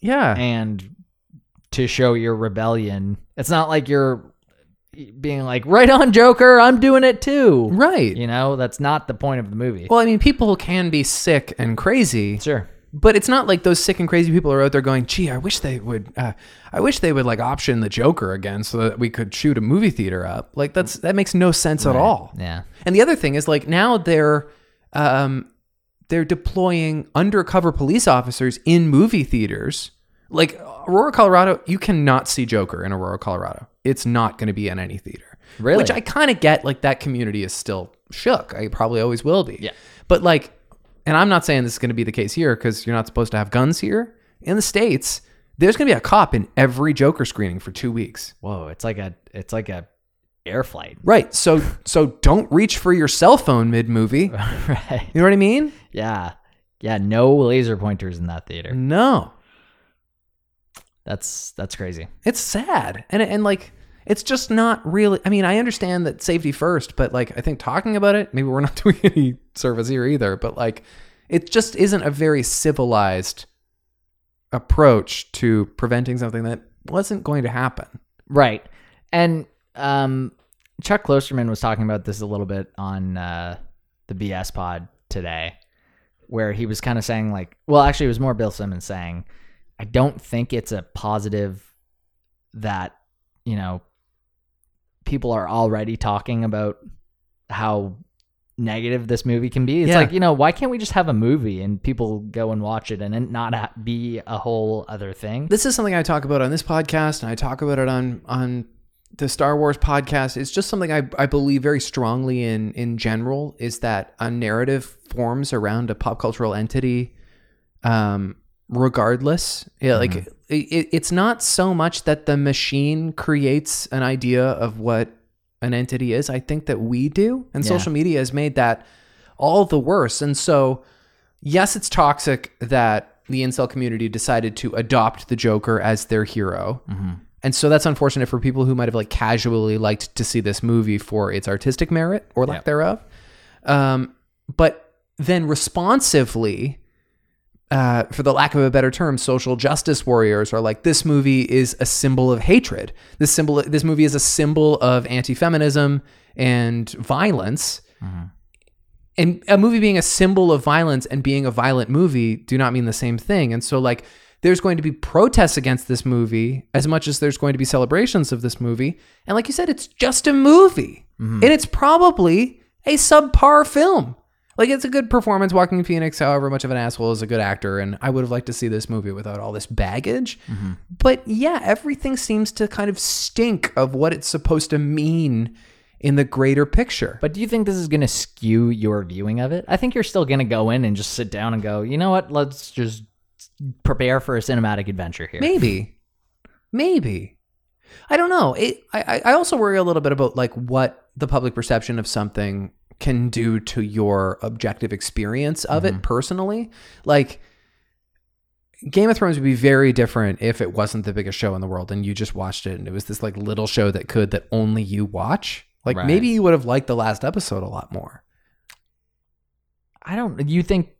B: Yeah.
C: and to show your rebellion. It's not like you're being like, right on, Joker, I'm doing it too.
B: Right.
C: You know, that's not the point of the movie.
B: Well, I mean, people can be sick and crazy.
C: sure.
B: but it's not like those sick and crazy people are out there going, "Gee, I wish they would, uh, I wish they would like option the Joker again, so that we could shoot a movie theater up." Like that's that makes no sense at all.
C: Yeah.
B: And the other thing is like now they're, um, they're deploying undercover police officers in movie theaters. Like Aurora, Colorado, you cannot see Joker in Aurora, Colorado. It's not going to be in any theater.
C: Really?
B: Which I kind of get. Like that community is still shook. I probably always will be.
C: Yeah.
B: But like, and I'm not saying this is going to be the case here because you're not supposed to have guns here in the states. There's going to be a cop in every Joker screening for two weeks.
C: Whoa, it's like a it's like a air flight.
B: Right. So so don't reach for your cell phone mid movie. You
C: right.
B: know what I mean?
C: Yeah. Yeah, no laser pointers in that theater.
B: Mm. No.
C: That's that's crazy.
B: It's sad. And and like it's just not really I mean, I understand that safety first, but like I think talking about it, maybe we're not doing any service here either, but like it just isn't a very civilized approach to preventing something that wasn't going to happen.
C: Right. And um, Chuck Klosterman was talking about this a little bit on uh, the BS pod today, where he was kind of saying, like, well, actually, it was more Bill Simmons saying, I don't think it's a positive that, you know, people are already talking about how negative this movie can be. It's
B: Yeah.
C: like, you know, why can't we just have a movie and people go and watch it and it not ha- be a whole other thing?
B: This is something I talk about on this podcast, and I talk about it on on the Star Wars podcast. It's just something I, I believe very strongly in in general is that a narrative forms around a pop cultural entity, um, regardless. Yeah, like it, it, it's not so much that the machine creates an idea of what an entity is. I think that we do. And
C: Yeah.
B: social media has made that all the worse. And so, yes, it's toxic that the incel community decided to adopt the Joker as their hero. And so that's unfortunate for people who might have like casually liked to see this movie for its artistic merit or lack
C: Yep.
B: thereof. Um, but then responsively, uh, for the lack of a better term, social justice warriors are like this movie is a symbol of hatred. This symbol, this movie is a symbol of anti-feminism and violence. And a movie being a symbol of violence and being a violent movie do not mean the same thing. And so, like, there's going to be protests against this movie as much as there's going to be celebrations of this movie. And like you said, it's just a movie, and it's probably a subpar film. Like it's a good performance. Walking Phoenix, however much of an asshole, is a good actor, and I would have liked to see this movie without all this baggage. But yeah, everything seems to kind of stink of what it's supposed to mean in the greater picture.
C: But do you think this is going to skew your viewing of it? I think you're still going to go in and just sit down and go, you know what? Let's just prepare for a cinematic adventure here.
B: Maybe, maybe. I don't know. It, I, I I also worry a little bit about like what the public perception of something can do to your objective experience of
C: Mm-hmm.
B: it personally. Like Game of Thrones would be very different if it wasn't the biggest show in the world and you just watched it and it was this like little show that could that only you watch. Like
C: Right.
B: maybe you would have liked the last episode a lot more.
C: I don't. You think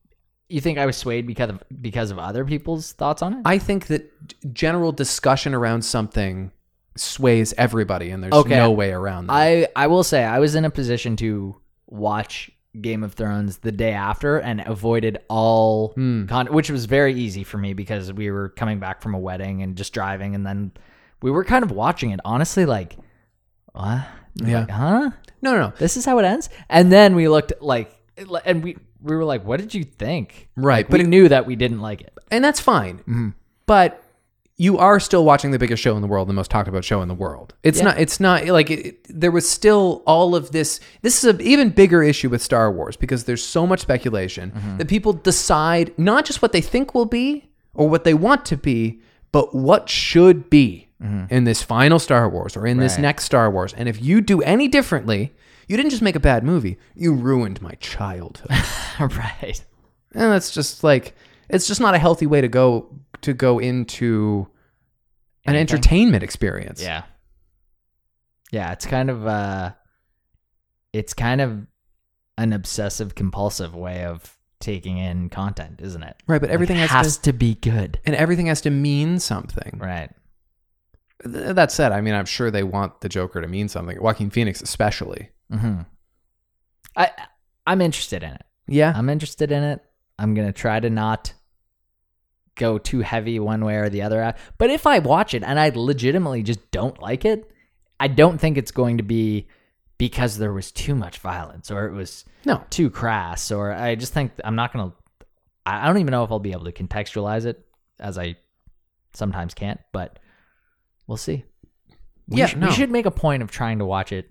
C: you think I was swayed because of because of other people's thoughts on it?
B: I think that g- general discussion around something sways everybody and there's
C: Okay.
B: no way around that.
C: I I will say I was in a position to watch Game of Thrones the day after and avoided all
B: Hmm.
C: con- which was very easy for me because we were coming back from a wedding and just driving and then we were kind of watching it honestly like what
B: Yeah.
C: Like, huh
B: No, no, no.
C: this is how it ends and then we looked like and we we were like what did you think
B: Right,
C: but
B: but
C: we Mm-hmm.
B: it-
C: knew that we didn't like it
B: and that's fine. But you are still watching the biggest show in the world, the most talked about show in the world. It's not. It's not like it, it- there was still all of this. This is an even bigger issue with Star Wars because there's so much speculation
C: Mm-hmm.
B: that people decide not just what they think will be or what they want to be, but what should be in this final Star Wars or in this
C: Mm-hmm. Right.
B: next Star Wars. And if you do any differently, you didn't just make a bad movie. You ruined my childhood.
C: right
B: and that's just like it's just not a healthy way to go to go into an
C: Anything.
B: entertainment experience.
C: yeah yeah it's kind of uh it's kind of an obsessive compulsive way of taking in content isn't it
B: Right, but everything
C: Like,
B: has
C: has
B: to
C: to be good
B: and everything has to mean something.
C: right
B: Th- that said, I mean, I'm sure they want the Joker to mean something. Joaquin Phoenix especially.
C: hmm I I'm interested in it.
B: Yeah.
C: I'm interested in it. I'm gonna try to not go too heavy one way or the other. Uh, But if I watch it and I legitimately just don't like it, I don't think it's going to be because there was too much violence or it was
B: No.
C: too crass or I just think I'm not gonna. I I don't even know if I'll be able to contextualize it as I sometimes can't, but we'll see. We
B: Yeah,
C: sh-
B: no.
C: we should make a point of trying to watch it.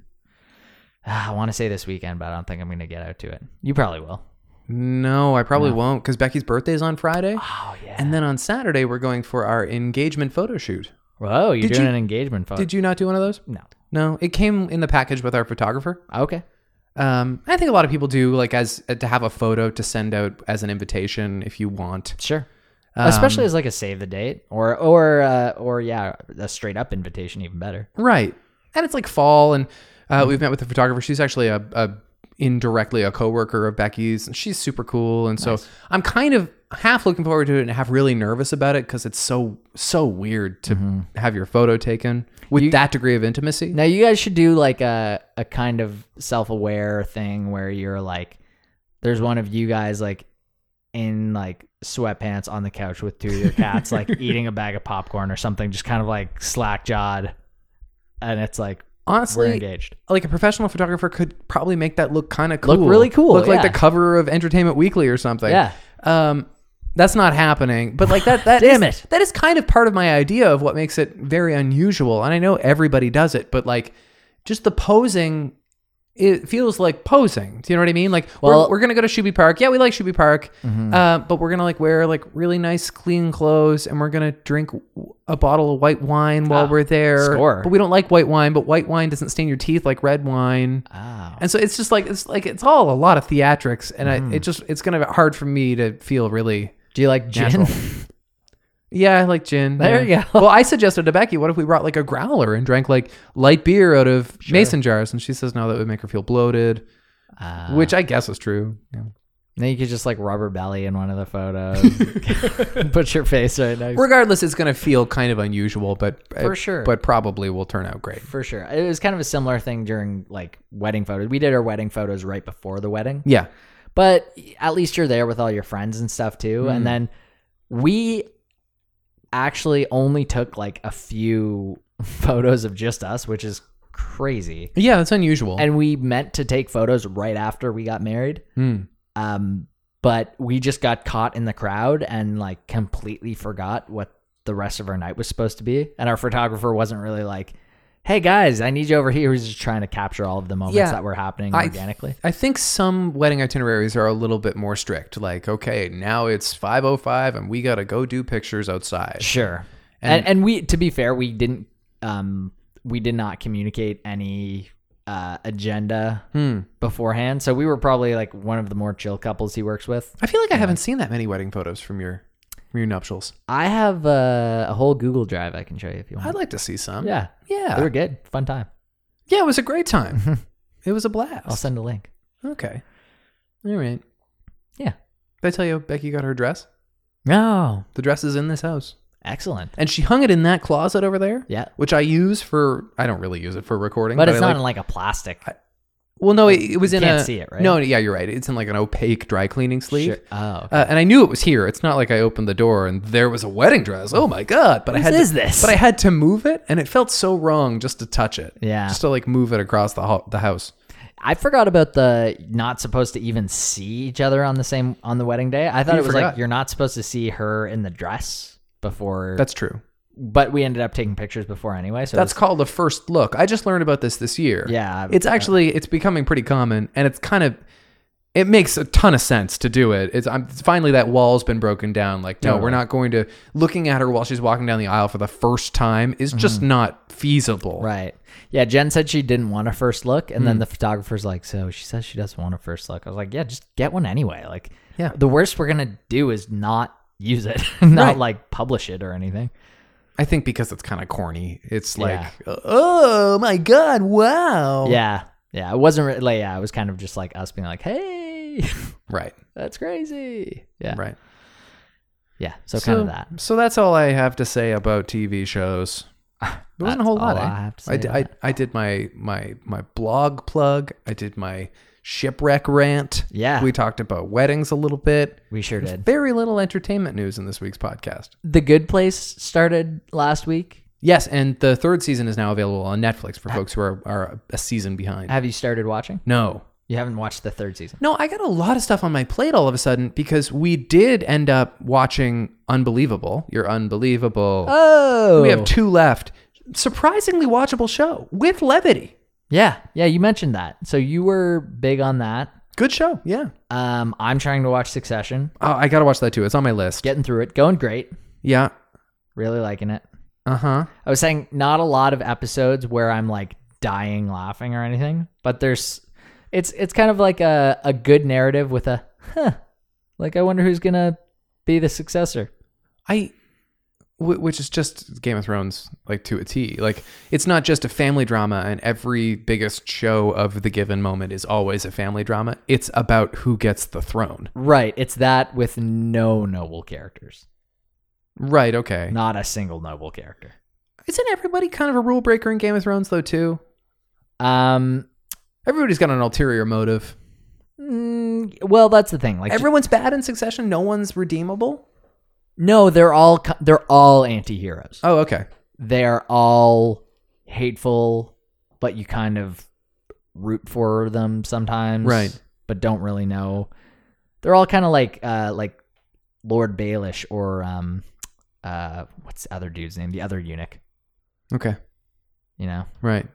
C: Ah, I want to say this weekend, but I don't think I'm going to get out to it. You probably will.
B: No, I probably won't cuz Becky's birthday is on Friday.
C: Oh yeah.
B: And then on Saturday we're going for our engagement photo shoot.
C: Whoa, you're
B: Did
C: doing
B: you-
C: an engagement photo.
B: Did you not do one of those?
C: No.
B: No, it came in the package with our photographer.
C: Okay.
B: Um, I think a lot of people do like as uh, to have a photo to send out as an invitation if you want.
C: Sure. Especially as like a save the date or or uh, or yeah, a straight up invitation even better.
B: Right. And it's like fall, and
C: Mm-hmm.
B: uh, we've met with the photographer. She's actually a, a indirectly a coworker of Becky's, and she's super cool. And so I'm kind of half looking forward to it and half really nervous about it because it's so so weird to
C: Mm-hmm.
B: have your photo taken with that degree of intimacy.
C: Now you guys should do like a a kind of self aware thing where you're like, there's one of you guys like in like sweatpants on the couch with two of your cats, like eating a bag of popcorn or something, just kind of like slack jawed, and it's like we're
B: Honestly,
C: engaged.
B: like a professional photographer could probably make that look kind of cool.
C: really cool,
B: Look like
C: yeah.
B: the cover of Entertainment Weekly or something.
C: Yeah.
B: Um, that's not happening. But like that, that
C: Damn
B: is-
C: it.
B: That is kind of part of my idea of what makes it very unusual. And I know everybody does it, but like, just the posing. It feels like posing. Do you know what I mean? Like,
C: Well-
B: we're,
C: Mm-hmm.
B: we're gonna go to Shuby Park. Yeah, we like Shuby Park, uh, but we're gonna like wear like really nice, clean clothes, and we're gonna drink w- a bottle of white wine while
C: Ah,
B: we're there.
C: score.
B: But we don't like white wine, but white wine doesn't stain your teeth like red wine.
C: Oh.
B: And so it's just like it's like it's all a lot of theatrics, and
C: Mm.
B: I, it just it's gonna be hard for me to feel really.
C: Do you like gin?
B: Yeah, I like gin.
C: There
B: yeah.
C: you go.
B: Well, I suggested to Becky, what if we brought like a growler and drank like light beer out of mason jars? And she says no, that would make her feel bloated,
C: Ah.
B: which I guess is true. Yeah.
C: Then you could just like rubber belly in one of the photos. Put your face right next.
B: Regardless, it's gonna feel kind of unusual, but uh,
C: For sure.
B: but probably will turn out great.
C: for sure. It was kind of a similar thing during like wedding photos. We did our wedding photos right before the wedding.
B: Yeah.
C: But at least you're there with all your friends and stuff too. And then we actually only took like a few photos of just us, which is crazy.
B: Yeah, that's unusual.
C: And we meant to take photos right after we got married.
B: Mm.
C: um but we just got caught in the crowd and like completely forgot what the rest of our night was supposed to be and our photographer wasn't really like hey guys i need you over here he was just trying to capture all of the moments
B: Yeah.
C: that were happening
B: I-
C: organically
B: I think some wedding itineraries are a little bit more strict. Like, okay, now it's 5:05 and we got to go do pictures outside.
C: sure
B: And-
C: and, and we to be fair we didn't um we did not communicate any uh agenda
B: Hmm.
C: beforehand so we were probably like one of the more chill couples he works with
B: I feel like I haven't seen that many wedding photos from your from your nuptials.
C: i have uh, a whole google drive i can show you if you want
B: I'd like to see some.
C: yeah they
B: Yeah.
C: were good fun time
B: Yeah, it was a great time. it was a blast.
C: i'll send a link
B: okay. All right.
C: Yeah.
B: Did I tell you Becky got her dress?
C: No.
B: The dress is in this house.
C: Excellent.
B: And she hung it in that closet over there.
C: Yeah.
B: Which I use for I don't really use it for recording,
C: But,
B: but,
C: it's
B: I
C: not
B: like-
C: in like a plastic.
B: Well, no, it, it was
C: You
B: in
C: can't
B: a.
C: see it, right?
B: No, yeah, you're right. It's in like an opaque dry cleaning sleeve.
C: Sure. Oh. okay.
B: Uh, and I knew it was here. It's not like I opened the door and there was a wedding dress. Oh my god! But I
C: Whose
B: had
C: is
B: to,
C: this?
B: But I had to move it, and it felt so wrong just to touch it.
C: Yeah.
B: just to like move it across the ho- the house.
C: I forgot about the not supposed to even see each other on the same on the wedding day. I thought
B: You
C: it was
B: forgot.
C: like you're not supposed to see her in the dress before.
B: That's true.
C: but we ended up taking pictures before anyway. So it
B: That's
C: was-
B: called a first look. I just learned about this this year.
C: yeah.
B: it's actually it's becoming pretty common, and it's kind of. It makes a ton of sense to do it. It's I'm, finally that wall's been broken down. Like, no, we're not going to looking at her while she's walking down the aisle for the first time is just not feasible.
C: Mm-hmm. right. Yeah. Jen said she didn't want a first look, and
B: Hmm.
C: then the photographer's like, "So she says she doesn't want a first look." I was like, "Yeah, just get one anyway." Like,
B: Yeah.
C: The worst we're gonna do is not use it, not
B: Right.
C: like publish it or anything.
B: I think because it's kind of corny. It's like,
C: Yeah.
B: oh my god, wow.
C: Yeah. Yeah. It wasn't really, like, yeah, it was kind of just like us being like, hey,
B: Right.
C: that's crazy. Yeah.
B: Right.
C: Yeah. So, kind of that.
B: So that's all I have to say about TV shows. There wasn't a
C: That's
B: whole lot.
C: all
B: eh?
C: I have to say
B: d-
C: about
B: I, I did my my my blog plug. I did my shipwreck rant.
C: Yeah.
B: We talked about weddings a little bit.
C: We sure did.
B: Very little entertainment news in this week's podcast.
C: The Good Place started last week.
B: Yes, and the third season is now available on Netflix for folks who are, are a season behind.
C: Have you started watching?
B: No,
C: You haven't watched the third season.
B: No, I got a lot of stuff on my plate all of a sudden because we did end up watching Unbelievable. You're unbelievable.
C: Oh.
B: We have two left. Surprisingly watchable show with levity.
C: Yeah. Yeah. You mentioned that. So, you were big on that.
B: Good show. Yeah.
C: Um, I'm trying to watch Succession,
B: Oh, I got to watch that too. It's on my list.
C: getting through it, going great,
B: Yeah.
C: really liking it.
B: Uh huh.
C: I was saying not a lot of episodes where I'm like dying laughing or anything, but there's it's it's kind of like a, a good narrative with a huh. Like I wonder who's gonna be the successor.
B: I, wh- which is just Game of Thrones, like to a T. Like, it's not just a family drama, and every biggest show of the given moment is always a family drama. It's about who gets the throne.
C: Right. It's that with no noble characters.
B: Right. Okay.
C: Not a single noble character.
B: Isn't everybody kind of a rule breaker in Game of Thrones though too?
C: Um
B: Everybody's got an ulterior motive.
C: mm, well that's the thing. Like
B: Everyone's bad in succession, no one's redeemable.
C: no, they're all co- they're all anti heroes.
B: Oh, okay.
C: they're all hateful, but you kind of root for them sometimes,
B: Right.
C: But don't really know. They're all kind of like uh, like Lord Baelish or um, uh, what's the other dude's name? The other eunuch,
B: Okay.
C: you know.
B: Right.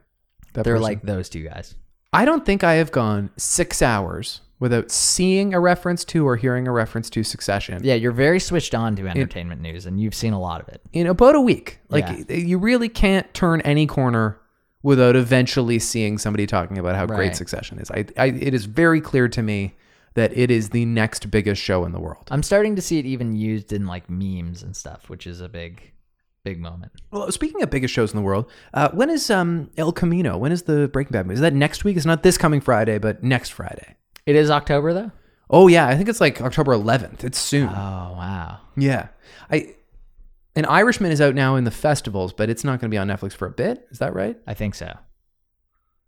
B: That
C: they're
B: person.
C: like those two guys.
B: I don't think I have gone six hours without seeing a reference to or hearing a reference to Succession.
C: Yeah, you're very switched on to entertainment news, and you've seen a lot of it.
B: in about a week. Like
C: Yeah.
B: you really can't turn any corner without eventually seeing somebody talking about how great
C: Right.
B: Succession is. I, I it is very clear to me that it is the next biggest show in the world.
C: I'm starting to see it even used in like memes and stuff, which is a big, big moment.
B: Well, speaking of biggest shows in the world, uh, when is um El Camino? When is the Breaking Bad movie? Is that next week? It's not this coming Friday, but next Friday.
C: It is October though.
B: Oh yeah, I think it's like October 11th. It's soon.
C: Oh wow.
B: yeah, I. An Irishman is out now in the festivals, but it's not going to be on Netflix for a bit. Is that right?
C: I think so.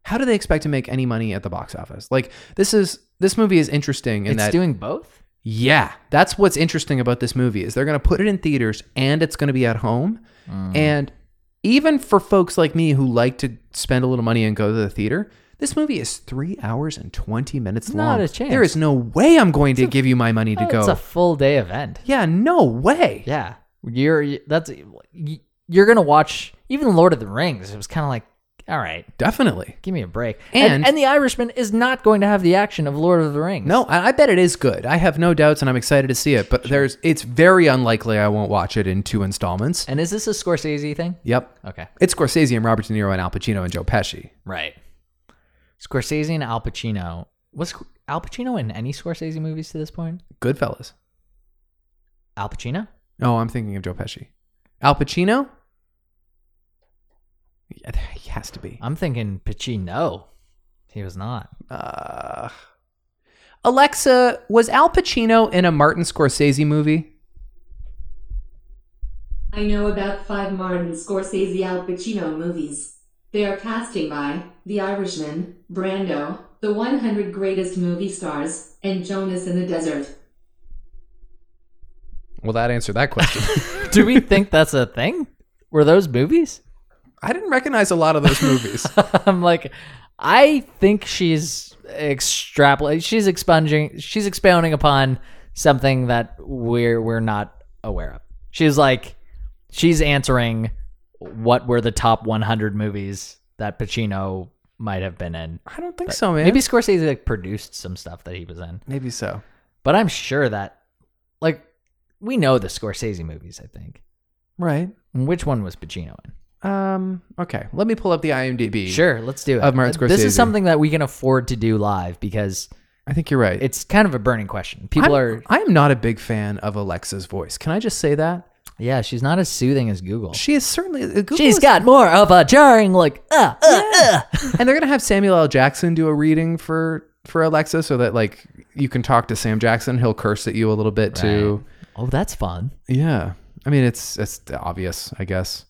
B: how do they expect to make any money at the box office? Like this is this movie is interesting in
C: it's
B: that
C: doing both.
B: yeah, that's what's interesting about this movie is they're going to put it in theaters and it's going to be at home.
C: Mm.
B: And even for folks like me who like to spend a little money and go to the theater, this movie is 3 hours and 20 minutes long.
C: Not a chance.
B: There is no way I'm going to give you my money to
C: Oh,
B: go.
C: It's a full day event.
B: yeah, no way.
C: Yeah, you're that's you're gonna watch even Lord of the Rings. It was kind of like, all right,
B: Definitely.
C: give me a break.
B: And-
C: and The Irishman is not going to have the action of Lord of the Rings.
B: No, I I bet it is good. I have no doubts and I'm excited to see it, but there's it's very unlikely I won't watch it in two installments.
C: And is this a Scorsese thing?
B: Yep.
C: Okay.
B: It's Scorsese and Robert De Niro and Al Pacino and Joe Pesci.
C: Right. Scorsese and Al Pacino. Was Sc- Al Pacino in any Scorsese movies to this point?
B: Goodfellas.
C: Al Pacino?
B: No, I'm thinking of Joe Pesci. Al Pacino? Yeah, he has to be.
C: I'm thinking Pacino. He was not.
B: Uh, Alexa, was Al Pacino in a Martin Scorsese movie?
E: I know about five Martin Scorsese Al Pacino movies. They are casting by The Irishman, Brando, The 100 Greatest Movie Stars, and Jonas in the Desert.
B: Well, that answered that question.
C: Do we think that's a thing? Were those movies?
B: I didn't recognize a lot of those movies.
C: I'm like, I think she's extrapolating. She's expunging. She's expounding upon something that we're we're not aware of. She's like, she's answering what were the top 100 movies that Pacino might have been in.
B: I don't think so, man.
C: Maybe Scorsese like produced some stuff that he was in,
B: maybe so.
C: but I'm sure that like we know the Scorsese movies. I think.
B: Right.
C: Which one was Pacino in?
B: Um. Okay. Let me pull up the IMDb.
C: Sure, let's do it.
B: Of Martin
C: This
B: Scorsese.
C: is something that we can afford to do live because
B: I think you're right.
C: it's kind of a burning question. People
B: I'm-
C: are,
B: I am not a big fan of Alexa's voice. Can I just say that?
C: yeah, she's not as soothing as Google.
B: She is certainly. Google
C: she's
B: is-
C: got more of a jarring, like, uh, uh, uh.
B: and they're gonna have Samuel L. Jackson do a reading for for Alexa, so that like you can talk to Sam Jackson. He'll curse at you a little bit too.
C: Oh, that's fun.
B: Yeah, I mean it's it's obvious, I guess.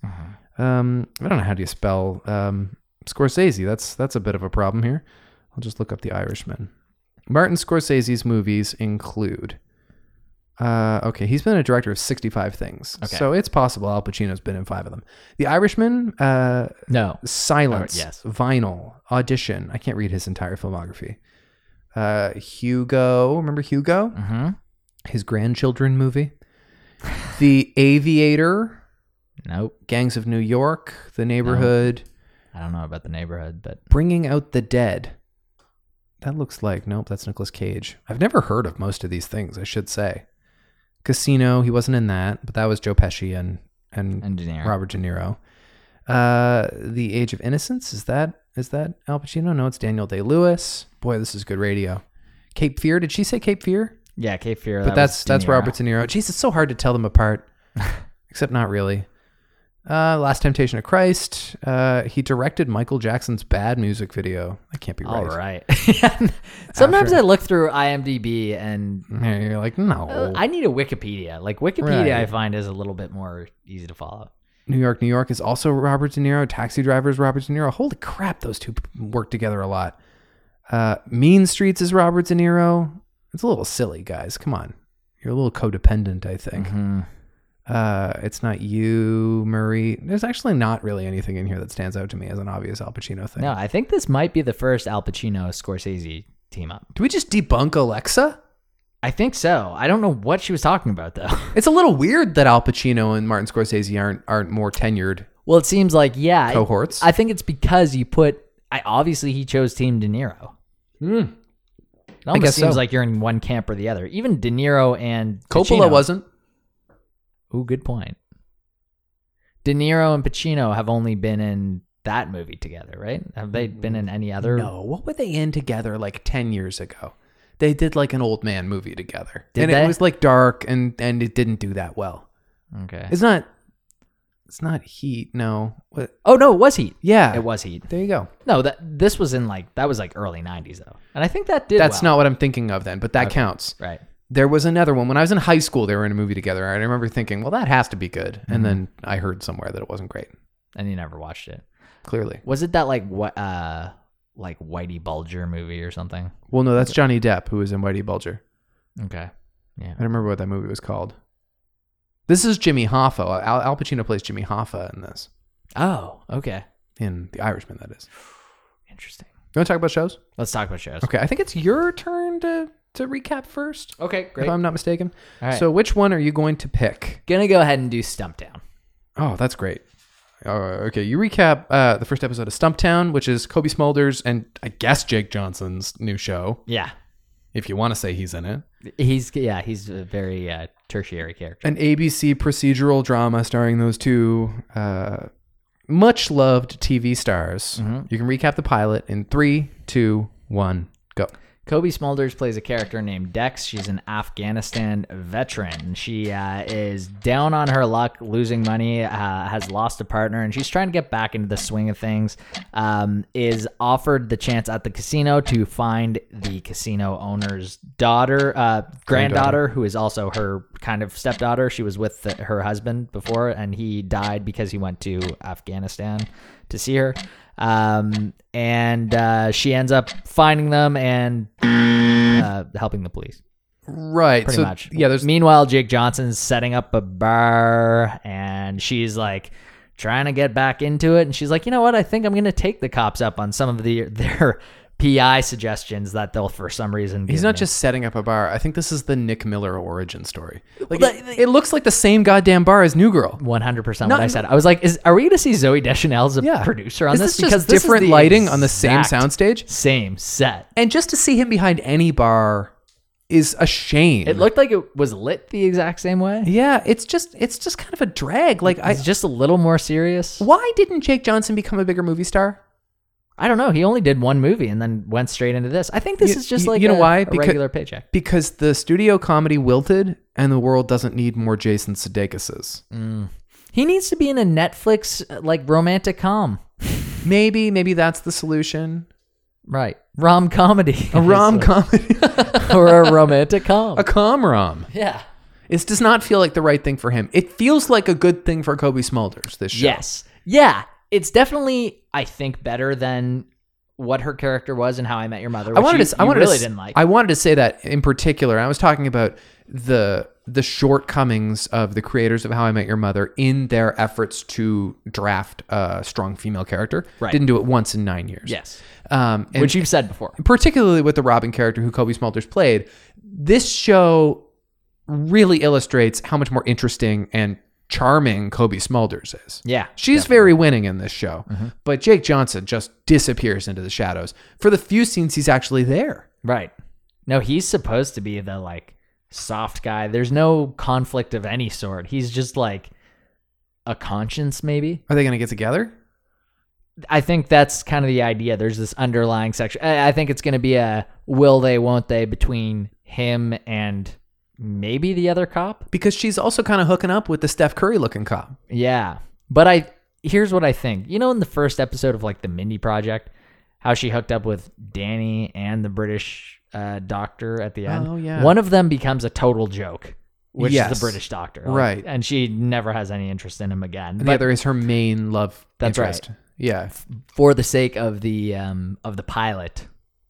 B: Um, I don't know how do you spell um, Scorsese. That's that's a bit of a problem here. I'll just look up The Irishman. Martin Scorsese's movies include. Uh, okay, he's been a director of 65 things.
C: Okay.
B: So it's possible Al Pacino's been in five of them. The Irishman, uh,
C: No.
B: Silence,
C: Oh, yes.
B: Vinyl, Audition. I can't read his entire filmography. Uh, Hugo, remember Hugo?
C: Mm-hmm.
B: His grandchildren movie. The Aviator,
C: Nope.
B: Gangs of New York, The Neighborhood,
C: I don't know about the neighborhood, but
B: Bringing Out the Dead. That looks like, nope, that's Nicolas Cage. I've never heard of most of these things, I should say. Casino, he wasn't in that, but that was Joe Pesci and, and
C: engineer.
B: Robert De Niro. Uh, the Age of Innocence is that is that Al Pacino? No, it's Daniel Day Lewis. Boy, this is good radio. Cape Fear. Did she say Cape Fear?
C: Yeah, Cape Fear.
B: but that's that's Robert De Niro. Jeez, it's so hard to tell them apart. Except not really. Uh, Last Temptation of Christ. Uh, he directed Michael Jackson's Bad music video. That can't be
C: All
B: right.
C: right. Sometimes I look through IMDb and
B: Yeah, You're like no.
C: uh, I need a Wikipedia. Like Wikipedia,
B: Oh. Right.
C: I find is a little bit more easy to follow.
B: New York, New York is also Robert De Niro. Taxi Driver is Robert De Niro. Holy crap, those two work together a lot. Uh, mean Streets is Robert De Niro. It's a little silly, guys. Come on. You're a little codependent, I think.
C: Mm-hmm.
B: Uh, it's not you, Murray. There's actually not really anything in here that stands out to me as an obvious Al Pacino thing.
C: No, I think this might be the first Al Pacino Scorsese team up.
B: Do we just debunk Alexa?
C: I think so. I don't know what she was talking about though.
B: It's a little weird that Al Pacino and Martin Scorsese aren't aren't more tenured
C: well, it seems like yeah, I-
B: cohorts. Hmm.
C: I think it's because you put. I obviously he chose Team De Niro. It almost
B: guess
C: seems
B: so.
C: like you're in one camp or the other. Even De Niro and
B: Coppola
C: Pacino-
B: wasn't.
C: Ooh, good point. De Niro and Pacino have only been in that movie together, right? Have they been in any other?
B: No, what were they in together like 10 years ago? They did like an old man movie together.
C: Did
B: and
C: they?
B: it was like dark and and it didn't do that well.
C: Okay.
B: It's not It's not Heat, no. What?
C: oh no, it was Heat.
B: Yeah.
C: It was Heat.
B: There you go.
C: No, that this was in like that was like early '90s though, and I think that did.
B: That's
C: well.
B: not what I'm thinking of then, but that counts.
C: right.
B: There was another one when I was in high school they were in a movie together and I remember thinking, "Well, that has to be good."
C: Mm-hmm.
B: And then I heard somewhere that it wasn't great.
C: And you never watched it.
B: Clearly.
C: Was it that like what uh like Whitey Bulger movie or something?
B: Well, no, that's Johnny Depp who was in Whitey Bulger.
C: Okay. Yeah.
B: I don't remember what that movie was called. This is Jimmy Hoffa. Al, Al Pacino plays Jimmy Hoffa in this.
C: Oh, okay.
B: In The Irishman, that is.
C: Interesting.
B: You want to talk about shows?
C: Let's talk about shows.
B: Okay, I think it's your turn to to recap first,
C: Okay,
B: if I'm not mistaken.
C: All right.
B: So, which one are you going to pick?
C: gonna go ahead and do Stumptown.
B: Oh, that's great. Uh, okay, you recap uh, the first episode of Stumptown, which is Kobe Smulders and I guess Jake Johnson's new show,
C: Yeah.
B: if you want to say he's in it.
C: He's yeah, he's a very uh, tertiary character.
B: An ABC procedural drama starring those two uh, much loved TV stars. You can recap the pilot in three, two, one, go.
C: Kobe Smulders plays a character named Dex. She's an Afghanistan veteran. She uh, is down on her luck, losing money, uh, has lost a partner, and she's trying to get back into the swing of things. Um, is offered the chance at the casino to find the casino owner's daughter, uh, granddaughter, who is also her kind of stepdaughter. She was with the, her husband before, and he died because he went to Afghanistan to see her. Um, and uh, she ends up finding them and uh, helping the police.
B: Right.
C: Pretty
B: so,
C: much.
B: Yeah, there's
C: Meanwhile, Jake Johnson's setting up a bar, and she's like trying to get back into it, and she's like, you know what? I think I'm gonna take the cops up on some of the their PI suggestions that they'll for some reason.
B: He's
C: give
B: not
C: me.
B: just setting up a bar. I think this is the Nick Miller origin story. Like it, it looks like the same goddamn bar as New Girl.
C: 100%
B: No,
C: what I
B: no.
C: said. I was like, is are we going to see Zoe Deschanel as a
B: Yeah.
C: producer on
B: Is
C: this?
B: this just different
C: the
B: lighting on the same
C: exact
B: soundstage?
C: Same set.
B: And just to see him behind any bar is a shame.
C: It looked like it was lit the exact same way.
B: Yeah, it's just it's just kind of a drag. Like I
C: It's just a little more serious.
B: why didn't Jake Johnson become a bigger movie star?
C: I don't know. He only did one movie and then went straight into this. I think this
B: You-
C: is just
B: you-
C: like
B: you know
C: a-
B: why?
C: a
B: Because-
C: regular paycheck.
B: Because the studio comedy wilted and the world doesn't need more Jason Sudeikis's.
C: He needs to be in a Netflix uh, like romantic com. Mm-hmm.
B: Maybe maybe that's the solution.
C: Right. Rom comedy.
B: A rom comedy,
C: or a romantic com.
B: a com rom.
C: yeah.
B: It does not feel like the right thing for him. It feels like a good thing for Kobe Smulders. This show.
C: Yes. Yeah. It's definitely, I think, better than what her character was and How I Met Your Mother. Which
B: I wanted
C: you,
B: to. I
C: you
B: wanted
C: really
B: to,
C: didn't like.
B: I wanted to say that in particular. I was talking about the the shortcomings of the creators of How I Met Your Mother in their efforts to draft a strong female character.
C: Right.
B: Didn't do it once in nine years.
C: yes,
B: Um, and
C: which you've said before.
B: particularly with the Robin character who Kobe Smulders played, this show really illustrates how much more interesting and charming Kobe Smulders is.
C: Yeah,
B: She's very winning in this show,
C: Mm-hmm.
B: but Jake Johnson just disappears into the shadows for the few scenes he's actually there.
C: Right. No, he's supposed to be the like soft guy. There's no conflict of any sort. He's just like a conscience, maybe.
B: Are they going to get together?
C: I think that's kind of the idea. There's this underlying section. I I think it's going to be a will they, won't they between him and maybe the other cop.
B: Because she's also kind of hooking up with the Steph Curry looking cop.
C: Yeah. But I here's what I think. You know in the first episode of like the Mindy project, how she hooked up with Danny and the British uh, doctor at the end.
B: Oh, yeah.
C: One of them becomes a total joke, which is
B: Yes.
C: the British doctor.
B: Right.
C: And she never has any interest in him again.
B: And
C: But
B: the other is her main love
C: That's
B: interest.
C: right.
B: Yeah.
C: for the sake of the um of the pilot,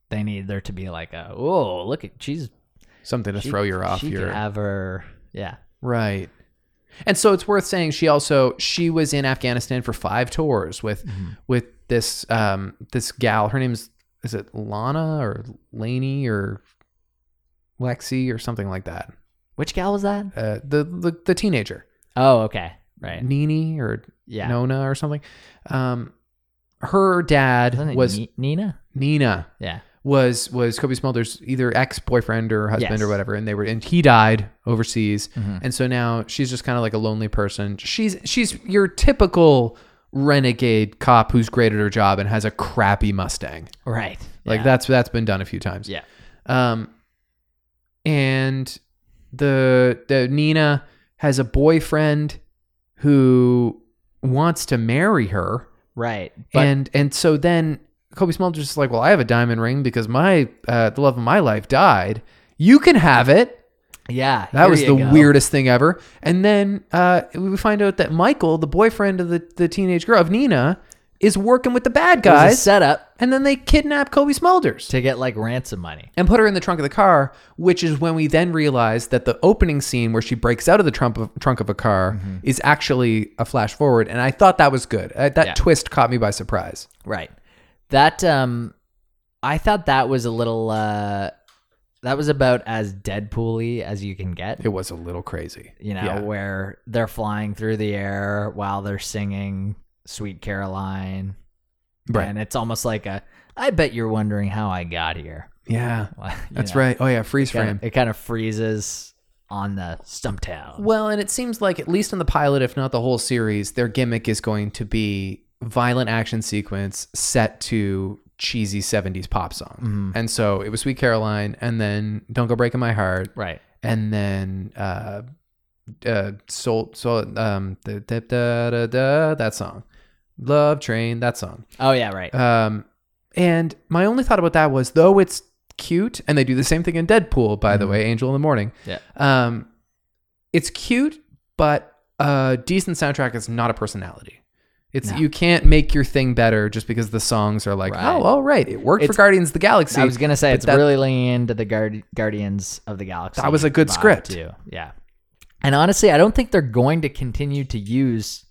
C: they need there to be like a oh look at she's
B: Something to
C: she-
B: throw you off
C: She
B: your
C: could have her yeah.
B: Right. And so it's worth saying she also she was in Afghanistan for five tours with
C: Mm-hmm.
B: with this um this gal. Her name's is it Lana or Laney or Lexi or something like that.
C: Which gal was that?
B: Uh, the, the the teenager
C: Oh, okay. Right.
B: Nini or
C: Yeah.
B: Nona or something. Um, her dad
C: Wasn't it
B: was
C: Ni- Nina?
B: Nina
C: Yeah.
B: was was Kobe Smulders either ex boyfriend or husband
C: Yes.
B: or whatever, and they were and he died overseas,
C: Mhm.
B: and so now she's just kind of like a lonely person. She's she's your typical renegade cop who's great at her job and has a crappy Mustang.
C: Right.
B: Like that's that's been done a few times.
C: Yeah.
B: Um, and the the Nina has a boyfriend who wants to marry her,
C: Right. But
B: and and so then Kobe Smulders is like, well, I have a diamond ring because my uh, the love of my life died. You can have it.
C: yeah,
B: That
C: here
B: was the
C: you go.
B: weirdest thing ever. And then uh, we find out that Michael, the boyfriend of the, the teenage girl of Nina, is working with the bad
C: It was a
B: guys.
C: setup
B: And then they kidnap Kobe Smulders
C: to get like ransom money.
B: and put her in the trunk of the car, which is when we then realize that the opening scene where she breaks out of the trunk of, trunk of a car
C: Mm-hmm.
B: is actually a flash forward. And I thought that was good. Uh, that
C: Yeah.
B: twist caught me by surprise.
C: Right. That um I thought that was a little uh that was about as Deadpool-y as you can get.
B: It was a little crazy.
C: you know,
B: Yeah.
C: where they're flying through the air while they're singing Sweet Caroline.
B: Right.
C: And it's almost like a I bet you're wondering how I got here.
B: Yeah.
C: Well, you
B: That's
C: know,
B: right. Oh, yeah. Freeze
C: It kind,
B: frame.
C: of, it kind of freezes on the Stumptown.
B: Well, and it seems like at least in the pilot, if not the whole series, their gimmick is going to be violent action sequence set to cheesy 70s pop song.
C: Mhm.
B: And so it was Sweet Caroline and then Don't Go Breaking My Heart.
C: Right.
B: and then uh uh soul soul um da, da, da, da, da, that song love train that song
C: Oh yeah, right.
B: um and my only thought about that was though it's cute and they do the same thing in deadpool by the
C: Mhm.
B: way angel in the morning
C: Yeah.
B: um it's cute but a decent soundtrack is not a personality it's
C: No.
B: you can't make your thing better just because the songs are like
C: Right.
B: oh all right it worked for
C: It's-
B: guardians of the galaxy
C: I was gonna say
B: but
C: it's
B: that-
C: really leaning into the Guard- Guardians of the Galaxy.
B: That was a good
C: vibe,
B: script.
C: too. Yeah, and honestly, I don't think they're going to continue to use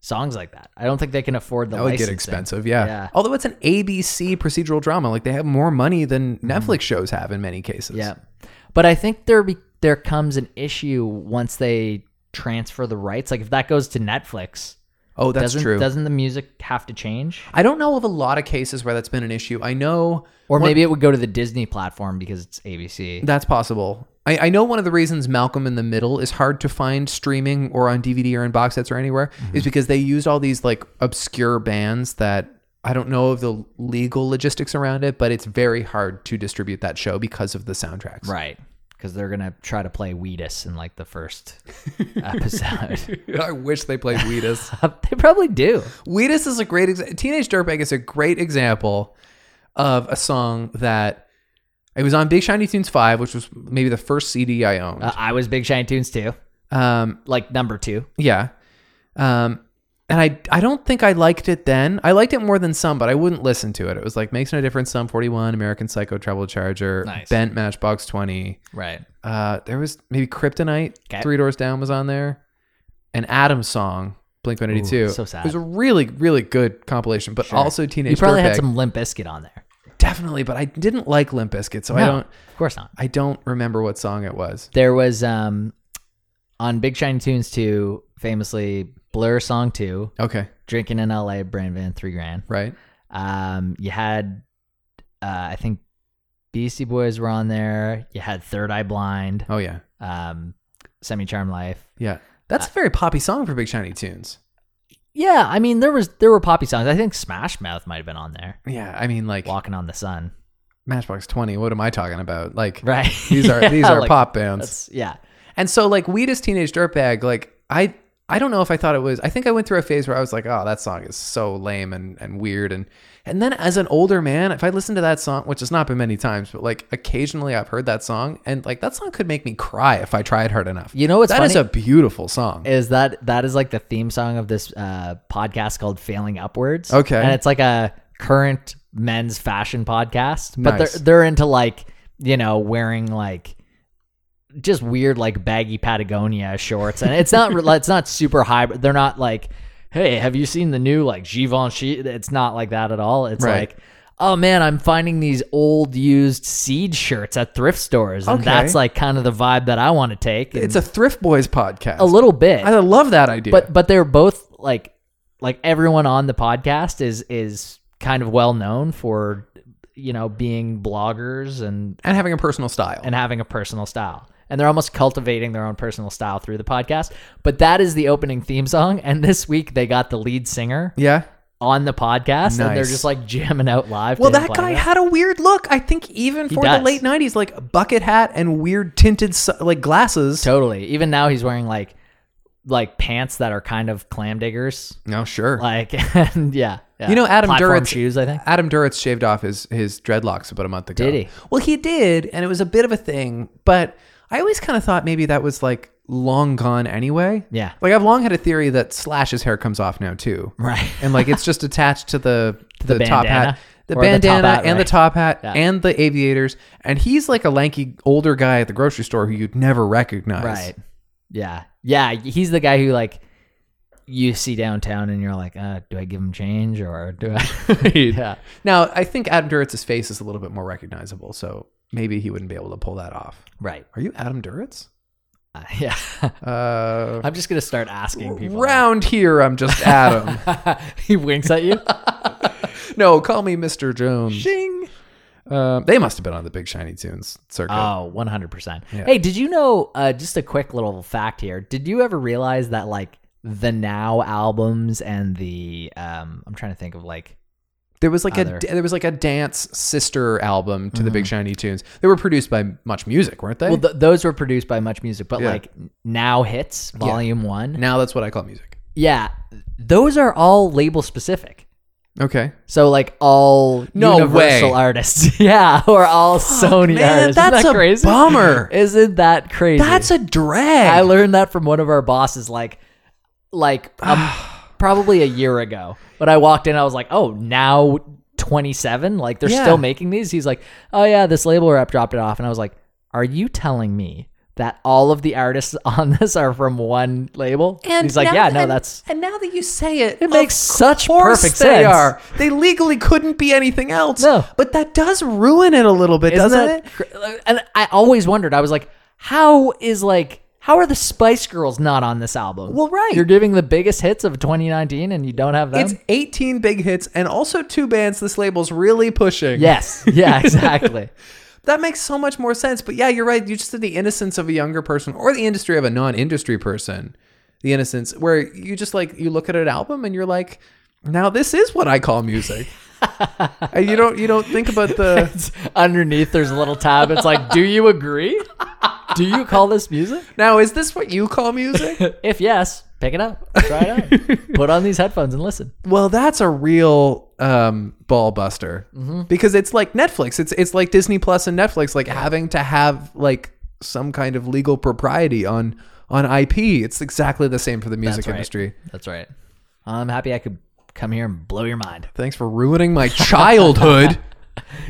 C: songs like that. I don't think they can afford the.
B: that would get
C: licensing.
B: expensive, yeah. Oh,
C: Yeah.
B: Although it's an ABC procedural drama, like they have more money than Netflix shows have in many cases.
C: Mm-hmm. Yeah, but I think there be, there comes an issue once they transfer the rights. Like if that goes to Netflix,
B: Oh, that's
C: doesn't
B: true.
C: doesn't the music have to change?
B: I don't know of a lot of cases where that's been an issue. I know,
C: Or
B: What-
C: maybe it would go to the Disney platform because it's ABC.
B: that's possible. I, I know one of the reasons Malcolm in the Middle is hard to find streaming or on DVD or in box sets or anywhere
C: Mm-hmm.
B: is because they used all these like obscure bands that I don't know of the legal logistics around it, but it's very hard to distribute that show because of the soundtracks.
C: Right. Because they're gonna try to play Weedus in like the first episode. Uh,
B: I wish they played Wheatus.
C: they probably do.
B: Wheatus is a great exa- Teenage Dirtbag is a great example of a song that it was on Big Shiny Tunes 5, which was maybe the first CD I owned.
C: Uh, I was Big Shiny Tunes too,
B: um,
C: like number two.
B: yeah. Um, and I I don't think I liked it then. I liked it more than some, but I wouldn't listen to it. It was like Makes No Difference, Sum 41, American Psycho Trouble Charger,
C: Nice.
B: Bent Matchbox 20.
C: Right.
B: Uh, there was maybe Kryptonite,
C: Okay.
B: Three Doors Down was on there, an Adams song, Blink 182.
C: Ooh, so sad.
B: It was a really, really good compilation, but
C: Sure.
B: also Teenage
C: You probably had
B: Dirtbag.
C: some Limp Biscuit on there.
B: Definitely, but I didn't like Limp Bizkit, so I
C: No.
B: don't
C: Of course not.
B: I don't remember what song it was.
C: There was um on Big Shiny Tunes two, famously Blur song two,
B: Okay,
C: Drinking in L.A. Brain Van Three Grand.
B: right.
C: Um, you had uh, I think Beastie Boys were on there. You had Third Eye Blind,
B: Oh yeah.
C: um, Semi Charm Life.
B: Yeah.
C: Uh,
B: That's a very poppy song for Big Shiny Tunes.
C: Yeah, I mean there was there were poppy songs. I think Smash Mouth might have been on there.
B: Yeah, I mean like
C: Walking on the Sun.
B: Matchbox 20, what am I talking about? Like
C: Right.
B: these are these
C: Yeah,
B: are
C: like,
B: pop bands.
C: that's- yeah.
B: And so like Weed is Teenage Dirtbag, like I I don't know if I thought it was I think I went through a phase where I was like, "Oh, that song is so lame and and weird." And and then as an older man, if I listen to that song, which has not been many times, but like occasionally I've heard that song and like that song could make me cry if I tried hard enough.
C: You know what's
B: That
C: funny
B: is a beautiful song.
C: is that that is like the theme song of this uh, podcast called Failing Upwards.
B: Okay.
C: and it's like a current men's fashion podcast, but
B: Nice.
C: they're they're into like you know wearing like just weird like baggy Patagonia shorts, and it's not re- it's not super high, but they're not like hey, have you seen the new like Givenchy? It's not like that at all. It's
B: Right.
C: like. Oh man, I'm finding these old used seed shirts at thrift stores, and
B: Okay.
C: that's like kind of the vibe that I want to take. and
B: it's a Thrift Boys podcast.
C: a little bit.
B: I love that idea.
C: But but they're both like like everyone on the podcast is is kind of well known for you know, being bloggers and
B: and having a personal style.
C: and having a personal style. And they're almost cultivating their own personal style through the podcast. But that is the opening theme song. And this week they got the lead singer
B: yeah.
C: on the podcast and they're
B: Nice.
C: just like jamming out live. to
B: Well,
C: him
B: that guy
C: playing it.
B: had a weird look. I think even for the
C: does.
B: late '90s, like bucket hat and weird tinted su- like glasses.
C: totally. Even now he's wearing like like pants that are kind of clam diggers.
B: No, sure.
C: Like and yeah, yeah.
B: You know, Adam
C: Platform
B: Duritz-
C: shoes, I think.
B: Adam Duritz shaved off his his dreadlocks about a month ago.
C: Did he?
B: Well, he did, and it was a bit of a thing. But I always kind of thought maybe that was like long gone anyway.
C: Yeah.
B: Like I've long had a theory that Slash's hair comes off now too,
C: Right.
B: and like it's just attached to the the,
C: the
B: top
C: bandana.
B: hat. The
C: Or the top
B: bandana
C: hat,
B: and
C: right.
B: the top hat
C: Yeah.
B: and the aviators, and he's like a lanky older guy at the grocery store who you'd never recognize.
C: Right. Yeah. Yeah. He's the guy who like you see downtown and you're like, uh, do I give him change or do I? yeah.
B: Now, I think Adam Duritz's face is a little bit more recognizable, so maybe he wouldn't be able to pull that off.
C: Right.
B: Are you Adam Duritz?
C: Uh, yeah.
B: Uh,
C: I'm just gonna start asking people.
B: round here, I'm just Adam.
C: he winks at you.
B: no, call me Mr. Jones.
C: Shing.
B: Um, they must have been on the Big Shiny Tunes circuit.
C: Oh, 100 percent.
B: Yeah.
C: Hey, did you know? Uh, just a quick little fact here. Did you ever realize that like the Now albums and the um, I'm trying to think of like
B: there was like
C: Other.
B: a there was like a dance sister album to the Big Shiny Tunes. They were produced by Much Music, weren't they?
C: Mm-hmm. well th- those were produced by Much Music, but
B: Yeah.
C: like Now Hits Volume One.
B: now that's what I call music.
C: Yeah, those are all label specific.
B: Okay.
C: So like all
B: No
C: Universal
B: way.
C: artists, yeah, or all Sony artists. Isn't
B: that's
C: that
B: a
C: crazy?
B: bummer.
C: Isn't that crazy?
B: That's a drag.
C: I learned that from one of our bosses, like, like um, probably a year ago. But I walked in, I was like, oh, now twenty seven, like they're
B: Yeah.
C: still making these. He's like, oh yeah, this label rep dropped it off, and I was like, are you telling me? That all of the artists on this are from one label. he's like, yeah, no, that's
B: and now that you say it,
C: It makes such
B: course
C: perfect
B: they
C: sense.
B: Are. They legally couldn't be anything else.
C: No.
B: but that does ruin it a little bit,
C: Isn't
B: doesn't
C: that
B: it?
C: cr- uh, And I always wondered. I was like, how is like how are the Spice Girls not on this album?
B: Well, right.
C: You're giving the biggest hits of 2019, and you don't have them.
B: It's 18 big hits and also two bands this label's really pushing.
C: yes. Yeah. Exactly.
B: That makes so much more sense. But yeah, you're right. You just said the innocence of a younger person or the industry of a non industry person. The innocence where you just like, you look at an album and you're like, now this is what I call music. and you don't, you don't think about the.
C: It's- underneath, there's a little tab. It's like, do you agree? Do you call this music?
B: Now, is this what you call music?
C: If yes, pick it up. Try it out. Put on these headphones and listen.
B: Well, that's a real um, ball buster because it's like Netflix. It's it's like Disney Plus and Netflix, like having to have like some kind of legal propriety on on IP. It's exactly the same for the music
C: right.
B: industry.
C: That's right. I'm happy I could come here and blow your mind.
B: Thanks for ruining my childhood.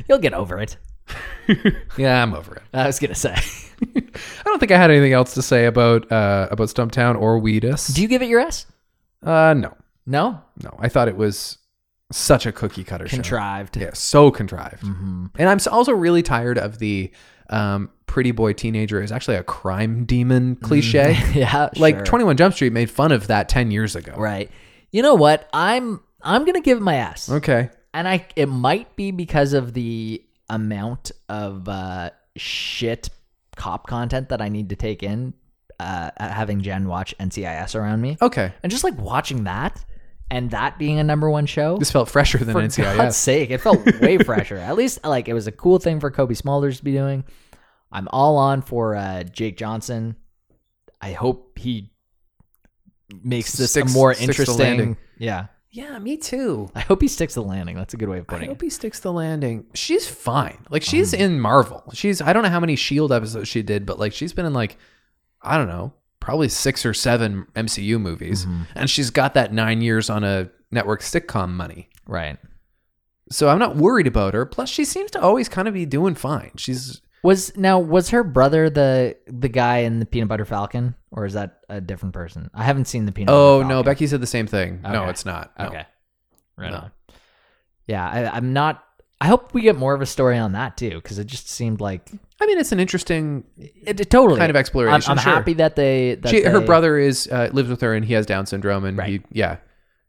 C: You'll get over it.
B: yeah, I'm over it.
C: I was gonna say.
B: I don't think I had anything else to say about uh, about Stumptown or Weedus.
C: Do you give it your S?
B: uh, no,
C: No.
B: no. I thought it was such a cookie cutter show.
C: Contrived.
B: Yeah, so contrived. And I'm s- also really tired of the um, pretty boy teenager is actually a crime demon cliche.
C: Yeah,
B: Like
C: sure.
B: 21 Jump Street made fun of that 10 years ago.
C: Right. You know what? I'm I'm gonna give it my ass,
B: Okay.
C: and I it might be because of the amount of uh, shit cop content that I need to take in, uh, having Jen watch NCIS around me,
B: Okay.
C: and just like watching that, and that being a number one show.
B: This felt fresher than
C: for
B: NCIS.
C: God's sake, it felt way fresher. At least like it was a cool thing for Kobe Smulders to be doing. I'm all on for uh, Jake Johnson. I hope he makes this
B: Sticks-
C: a more
B: sticks the
C: interesting.
B: landing.
C: Yeah,
B: Yeah, me too.
C: I hope he sticks the landing. That's a good way of
B: I
C: putting
B: hope
C: it.
B: he sticks the landing. She's fine. Like she's in Marvel. She's I don't know how many Shield episodes she did, but like she's been in like I don't know, probably 6 or 7 MCU movies and she's got that 9 years on a network sitcom money.
C: Right.
B: So I'm not worried about her. Plus, she seems to always kind of be doing fine. She's
C: Was now was her brother the the guy in the Peanut Butter Falcon, or is that a different person? I haven't seen the Peanut.
B: oh
C: Butter
B: no,
C: Falcon.
B: Becky said the same thing. No,
C: Okay.
B: it's not. No.
C: Okay. Right
B: No.
C: on. Yeah, I, I'm not. I hope we get more of a story on that too, because it just seemed like
B: I mean it's an interesting.
C: it, it totally
B: Kind of exploration,
C: I'm, I'm
B: sure.
C: happy that they that
B: She, her
C: they-
B: brother is uh, lives with her and he has Down syndrome and
C: Right.
B: he yeah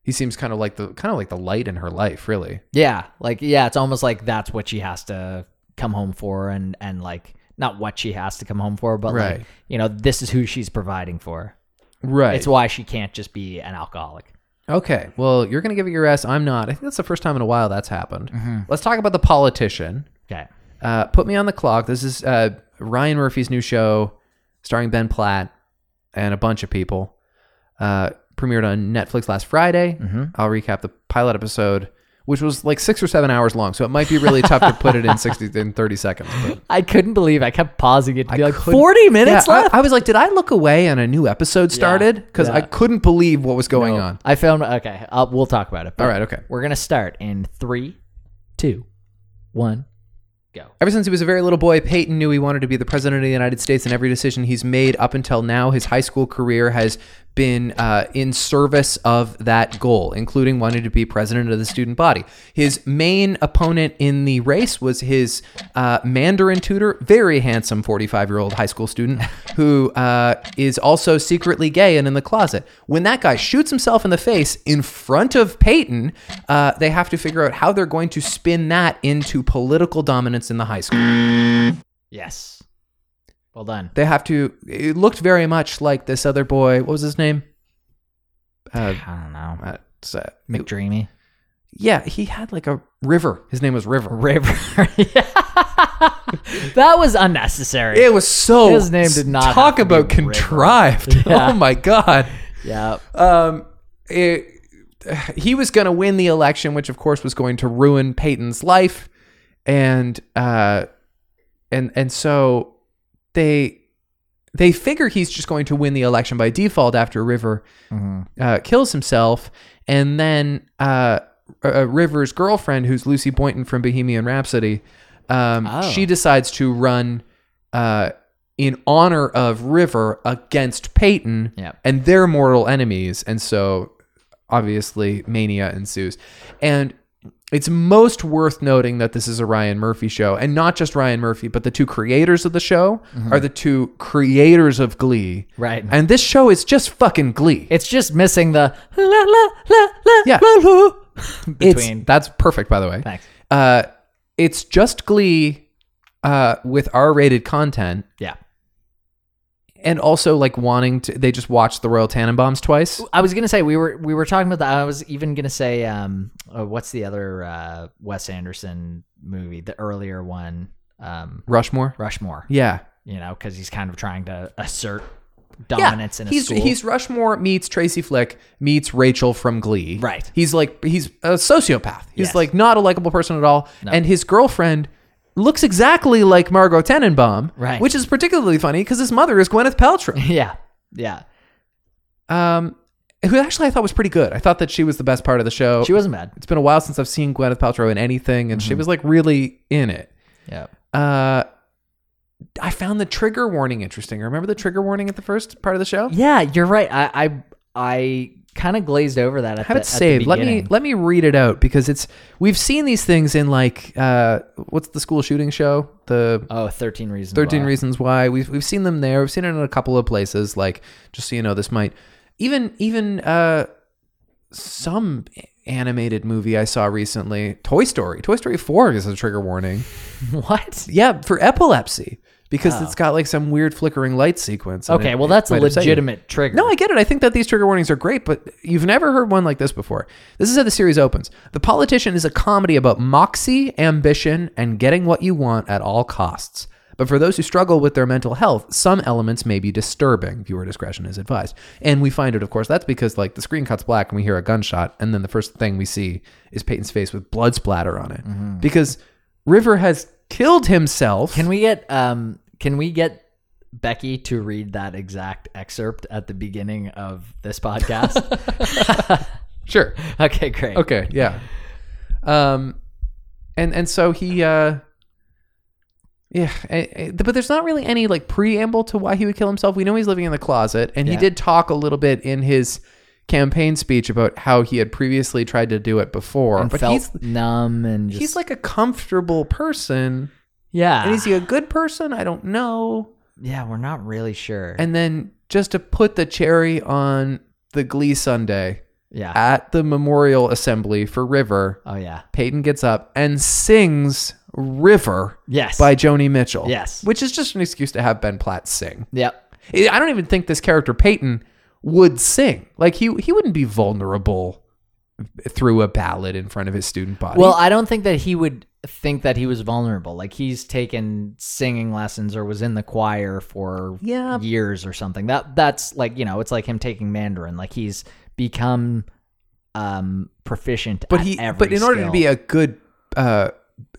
B: He seems kind of like the kind of like the light in her life, really.
C: Yeah, like yeah, it's almost like that's what she has to come home for, and and like not what she has to come home for, but
B: Right.
C: like you know, this is who she's providing for.
B: Right.
C: It's why she can't just be an alcoholic.
B: Okay. Well, you're going to give it your S. I'm not. I think that's the first time in a while that's happened.
C: Mm-hmm.
B: Let's talk about the politician.
C: Okay,
B: Uh, Put me on the clock. This is uh, Ryan Murphy's new show, starring Ben Platt and a bunch of people. Uh, premiered on Netflix last Friday.
C: Mm-hmm.
B: I'll recap the pilot episode, which was like six or seven hours long, so it might be really tough to put it in sixty in thirty seconds. But
C: I couldn't believe I kept pausing it to be like
B: couldn't-
C: forty minutes
B: Yeah, I-
C: left.
B: I, was like, did I look away and a new episode started? Because
C: yeah.
B: I couldn't believe what was going on.
C: I found okay. Uh, we'll talk about it. but
B: All right, okay.
C: We're gonna start in three, two, one.
B: Ever since he was a very little boy, Peyton knew he wanted to be the president of the United States, and every decision he's made up until now, his high school career has been uh, in service of that goal, including wanting to be president of the student body. His main opponent in the race was his uh, Mandarin tutor, very handsome 45 year old high school student, who uh, is also secretly gay and in the closet. When that guy shoots himself in the face in front of Peyton, uh, they have to figure out how they're going to spin that into political dominance in the high school.
C: Yes. Well done.
B: They have to. It looked very much like this other boy. What was his name? Uh,
C: I don't know.
B: uh, it's, uh,
C: McDreamy.
B: yeah, he had like a river. His name was River.
C: River. that was unnecessary.
B: It was so.
C: His name did not have
B: talk
C: to be
B: about
C: River.
B: contrived.
C: Yeah.
B: Oh my god.
C: yeah.
B: Um, it, he was going to win the election, which of course was going to ruin Peyton's life, and uh, and and so they they figure he's just going to win the election by default after River uh, kills himself, and then uh, uh, River's girlfriend, who's Lucy Boynton from Bohemian Rhapsody, um,
C: Oh.
B: she decides to run uh, in honor of River against Peyton,
C: Yep.
B: and they're mortal enemies, and so obviously mania ensues, and. It's most worth noting that this is a Ryan Murphy show, and not just Ryan Murphy, but the two creators of the show
C: Mm-hmm.
B: are the two creators of Glee.
C: Right.
B: And this show is just fucking Glee.
C: It's just missing the la la la la
B: Yeah.
C: la la
B: It's-
C: between.
B: that's perfect, by the way.
C: Thanks.
B: Uh, it's just Glee uh, with R-rated content,
C: Yeah.
B: and also like wanting to. They just watched the Royal Tannenbaums twice.
C: I was gonna say we were we were talking about that. I was even gonna say um uh, what's the other uh Wes Anderson movie the earlier one um
B: Rushmore.
C: Rushmore
B: Yeah,
C: you know because he's kind of trying to assert dominance in a
B: he's
C: school
B: he's Rushmore meets Tracy Flick meets Rachel from Glee.
C: Right.
B: He's like he's a sociopath. He's
C: Yes.
B: like not a likable person at all, and his girlfriend. Looks exactly like Margot Tannenbaum,
C: Right.
B: Which is particularly funny because his mother is Gwyneth Paltrow.
C: yeah yeah
B: um, who actually I thought was pretty good. I thought that she was the best part of the show.
C: she Mm-hmm. wasn't bad
B: It's been a while since I've seen Gwyneth Paltrow in anything, and she was like really in it.
C: yeah
B: Uh, I found the trigger warning interesting. Remember the trigger warning at the first part of the show?
C: Yeah, you're right. I I, I kind of glazed over that. At
B: have
C: the,
B: it saved.
C: At the
B: Let me
C: beginning.
B: let me read it out because it's we've seen these things in like uh, what's the school shooting show? The
C: Oh, 13 reasons.
B: 13
C: why.
B: reasons why we've, we've seen them there we've seen it in a couple of places like just so you know this might even even uh some animated movie i saw recently toy story toy story 4 is a trigger warning
C: What?
B: yeah for epilepsy because it's got like some weird flickering light sequence and
C: Oh. Okay,
B: it-
C: well
B: it
C: that's a
B: might upset you.
C: legitimate trigger.
B: No, I get it. I think that these trigger warnings are great, but you've never heard one like this before. This is how the series opens. The Politician is a comedy about moxie, ambition, and getting what you want at all costs. But for those who struggle with their mental health, some elements may be disturbing. Viewer discretion is advised. And we find it, of course, that's because like the screen cuts black and we hear a gunshot, and then the first thing we see is Peyton's face with blood splatter on it. Because River has killed himself.
C: Mm-hmm. can we get um? Can we get Becky to read that exact excerpt at the beginning of this podcast?
B: sure.
C: okay, great.
B: Okay, yeah. Um, and and so he, uh, yeah, eh, eh, but there's not really any like preamble to why he would kill himself. We know he's living in the closet, and he
C: Yeah.
B: did talk a little bit in his campaign speech about how he had previously tried to do it before,
C: And
B: but
C: felt
B: he's
C: numb and just Ah.
B: he's like a comfortable person,
C: yeah,
B: and is he a good person? I don't know.
C: yeah. We're not really sure.
B: And then just to put the cherry on the Glee Sunday,
C: Yeah.
B: at the memorial assembly for River,
C: oh yeah.
B: Peyton gets up and sings River
C: Yes.
B: by Joni Mitchell.
C: Yes.
B: Which is just an excuse to have Ben Platt sing.
C: Yep.
B: I I don't even think this character Peyton would sing. Like he he wouldn't be vulnerable through a ballad in front of his student body.
C: Well, I don't think that he would think that he was vulnerable. Like he's taken singing lessons or was in the choir for
B: Yeah.
C: years or something. That that's like, you know, it's like him taking Mandarin. Like he's become um proficient
B: but
C: at
B: he
C: every
B: but in order to
C: skill.
B: be a good uh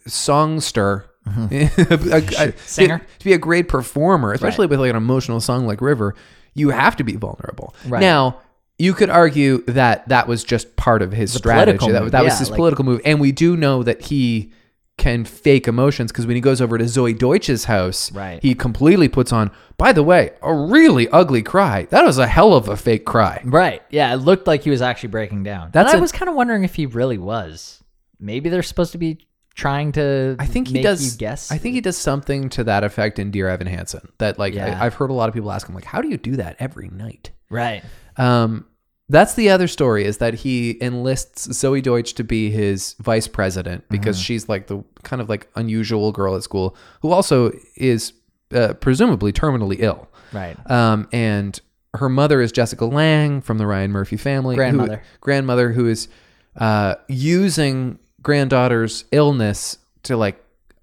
B: songster a- a-
C: Mm-hmm. Singer?
B: to be a great performer especially with like an emotional song like river you have to be vulnerable
C: Right.
B: now you could argue that that was just part of his
C: political
B: strategy that,
C: move,
B: that was
C: yeah,
B: his
C: like-
B: political move and we do know that he can fake emotions because when he goes over to Zoe Deutsch's house,
C: Right.
B: he completely puts on, by the way, a really ugly cry. That was a hell of a fake cry.
C: Right. Yeah, it looked like he was actually breaking down.
B: That's
C: and I
B: a-
C: was kind of wondering if he really was. Maybe they're supposed to be trying to
B: I think he
C: make
B: does.
C: you guess.
B: I think he does something to that effect in Dear Evan Hansen. That like
C: Yeah.
B: I, I've heard a lot of people ask him like, how do you do that every night?
C: Right.
B: Um, that's the other story is that he enlists Zoe Deutsch to be his vice president because
C: Uh-huh.
B: she's like the kind of like unusual girl at school who also is uh, presumably terminally ill.
C: Right.
B: Um, and her mother is Jessica Lang from the Ryan Murphy family. who-
C: Grandmother.
B: grandmother who is uh, using granddaughter's illness to like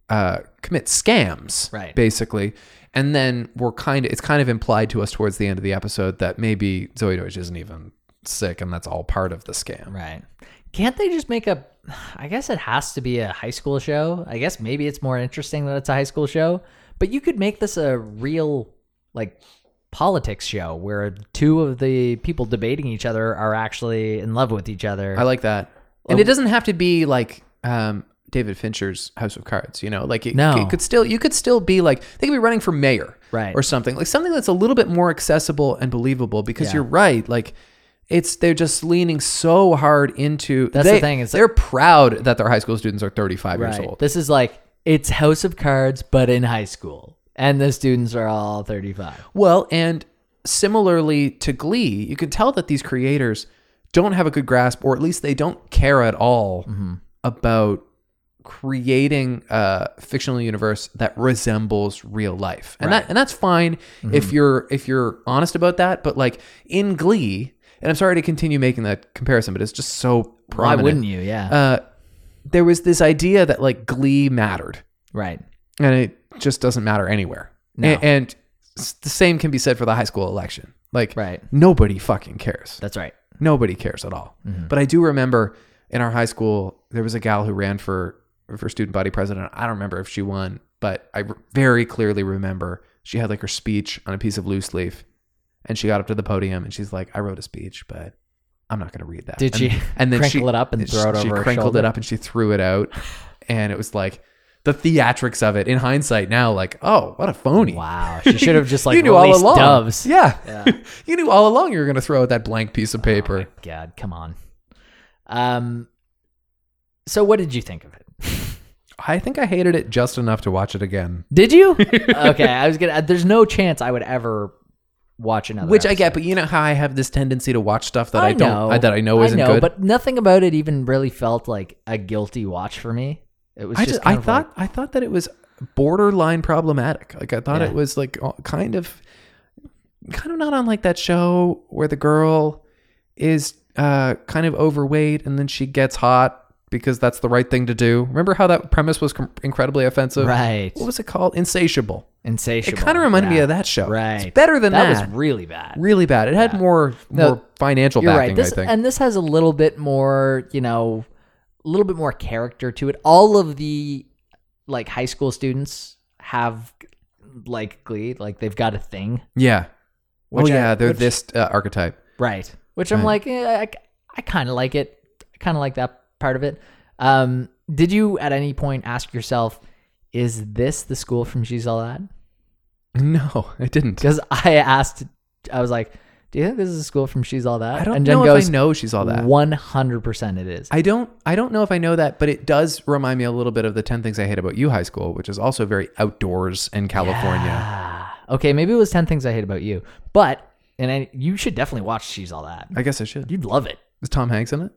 B: uh, commit scams,
C: Right.
B: basically. And then we're kind of, it's kind of implied to us towards the end of the episode that maybe Zoe Deutsch isn't even sick and that's all part of the scam.
C: Right. Can't they just make a I guess it has to be a high school show. I guess maybe it's more interesting that it's a high school show, but you could make this a real like politics show where two of the people debating each other are actually in love with each other.
B: I like that. And it
C: Um,
B: doesn't have to be like um, David Fincher's House of Cards, you know, like it,
C: No.
B: it could still, you could still be like, they could be running for mayor
C: Right.
B: or something like something that's a little bit more accessible and believable because you're right. Like it's, they're just leaning so hard into,
C: That's the
B: they-
C: thing, it's like-
B: they're proud that their high school students are 35 years
C: right.
B: old.
C: This is like it's House of Cards but in high school. And the students are all 35.
B: Well, and similarly to Glee, you can tell that these creators don't have a good grasp, or at least they don't care at all
C: Mm-hmm.
B: about creating a fictional universe that resembles real life. And that and that's fine
C: Mm-hmm.
B: if you're if you're honest about that, but like in Glee, and I'm sorry to continue making that comparison, but it's just so prominent.
C: Why wouldn't you? Yeah.
B: Uh there was this idea that like Glee mattered
C: right.
B: and it just doesn't matter anywhere.
C: No.
B: A- And, s the same can be said for the high school election. Like,
C: Right.
B: nobody fucking cares.
C: That's right.
B: Nobody cares at all.
C: Mm-hmm.
B: But I do remember in our high school there was a gal who ran for for student body president. I don't remember if she won, but I r- very clearly remember she had like her speech on a piece of loose leaf, and she got up to the podium and she's like, "I wrote a speech, but." I'm not going to read that.
C: Did
B: and,
C: she
B: And then
C: crinkle
B: she
C: it up and
B: she-
C: throw it
B: She
C: over her
B: crinkled it
C: shoulder?
B: up and she threw it out, and it was like the theatrics of it. In hindsight, now like, oh, what a phony!
C: Wow. She should have just like
B: you knew all
C: released
B: along.
C: doves.
B: Yeah, you knew all along you were going to throw out that blank piece of paper.
C: Oh God, come on. Um. So, what did you think of it?
B: I think I hated it just enough to watch it again.
C: Did you? okay, I was gonna. uh, There's no chance I would ever watch another.
B: Which I
C: episode.
B: get, but you know how I have this tendency to watch stuff that I, don't
C: know.
B: I, that I know isn't good.
C: But nothing about it even really felt like a guilty watch for me. It was
B: I
C: just.
B: just I
C: kind of like-
B: thought I thought that it was borderline problematic. Like I thought
C: Yeah.
B: it was like all- kind of kind of not on like that show where the girl is uh kind of overweight and then she gets hot because that's the right thing to do. Remember how that premise was com- incredibly offensive?
C: right,
B: What was it called? Insatiable. It
C: insatiable.
B: kind of reminded me
C: Yeah.
B: of that show.
C: Right,
B: It's better than that.
C: That was really bad.
B: really bad. It had more
C: No,
B: more financial
C: You're
B: backing,
C: right. This
B: I think.
C: and this has a little bit more, you know, a little bit more character to it. All of the like high school students have like glee, like they've got a thing,
B: yeah. Oh
C: Which I-
B: yeah, they're
C: which-
B: this uh, archetype.
C: right? Which I'm like, eh, I, I kind of like it. I kind of like that part of it. Um, did you at any point ask yourself, is this the school from She's All That?
B: No, I didn't.
C: Because I asked, I was like, do you think this is a school from She's All That?
B: I don't
C: and Jen
B: know
C: goes,
B: if I know she's all that.
C: One hundred percent, it is.
B: I don't I don't know if I know that, but it does remind me a little bit of the 10 things I hate about you high school, which is also very outdoors in California.
C: Ah, okay, maybe it was 10 things I hate about you. But and I, you should definitely watch She's All That.
B: I guess I should.
C: You'd love it.
B: Is Tom Hanks in it?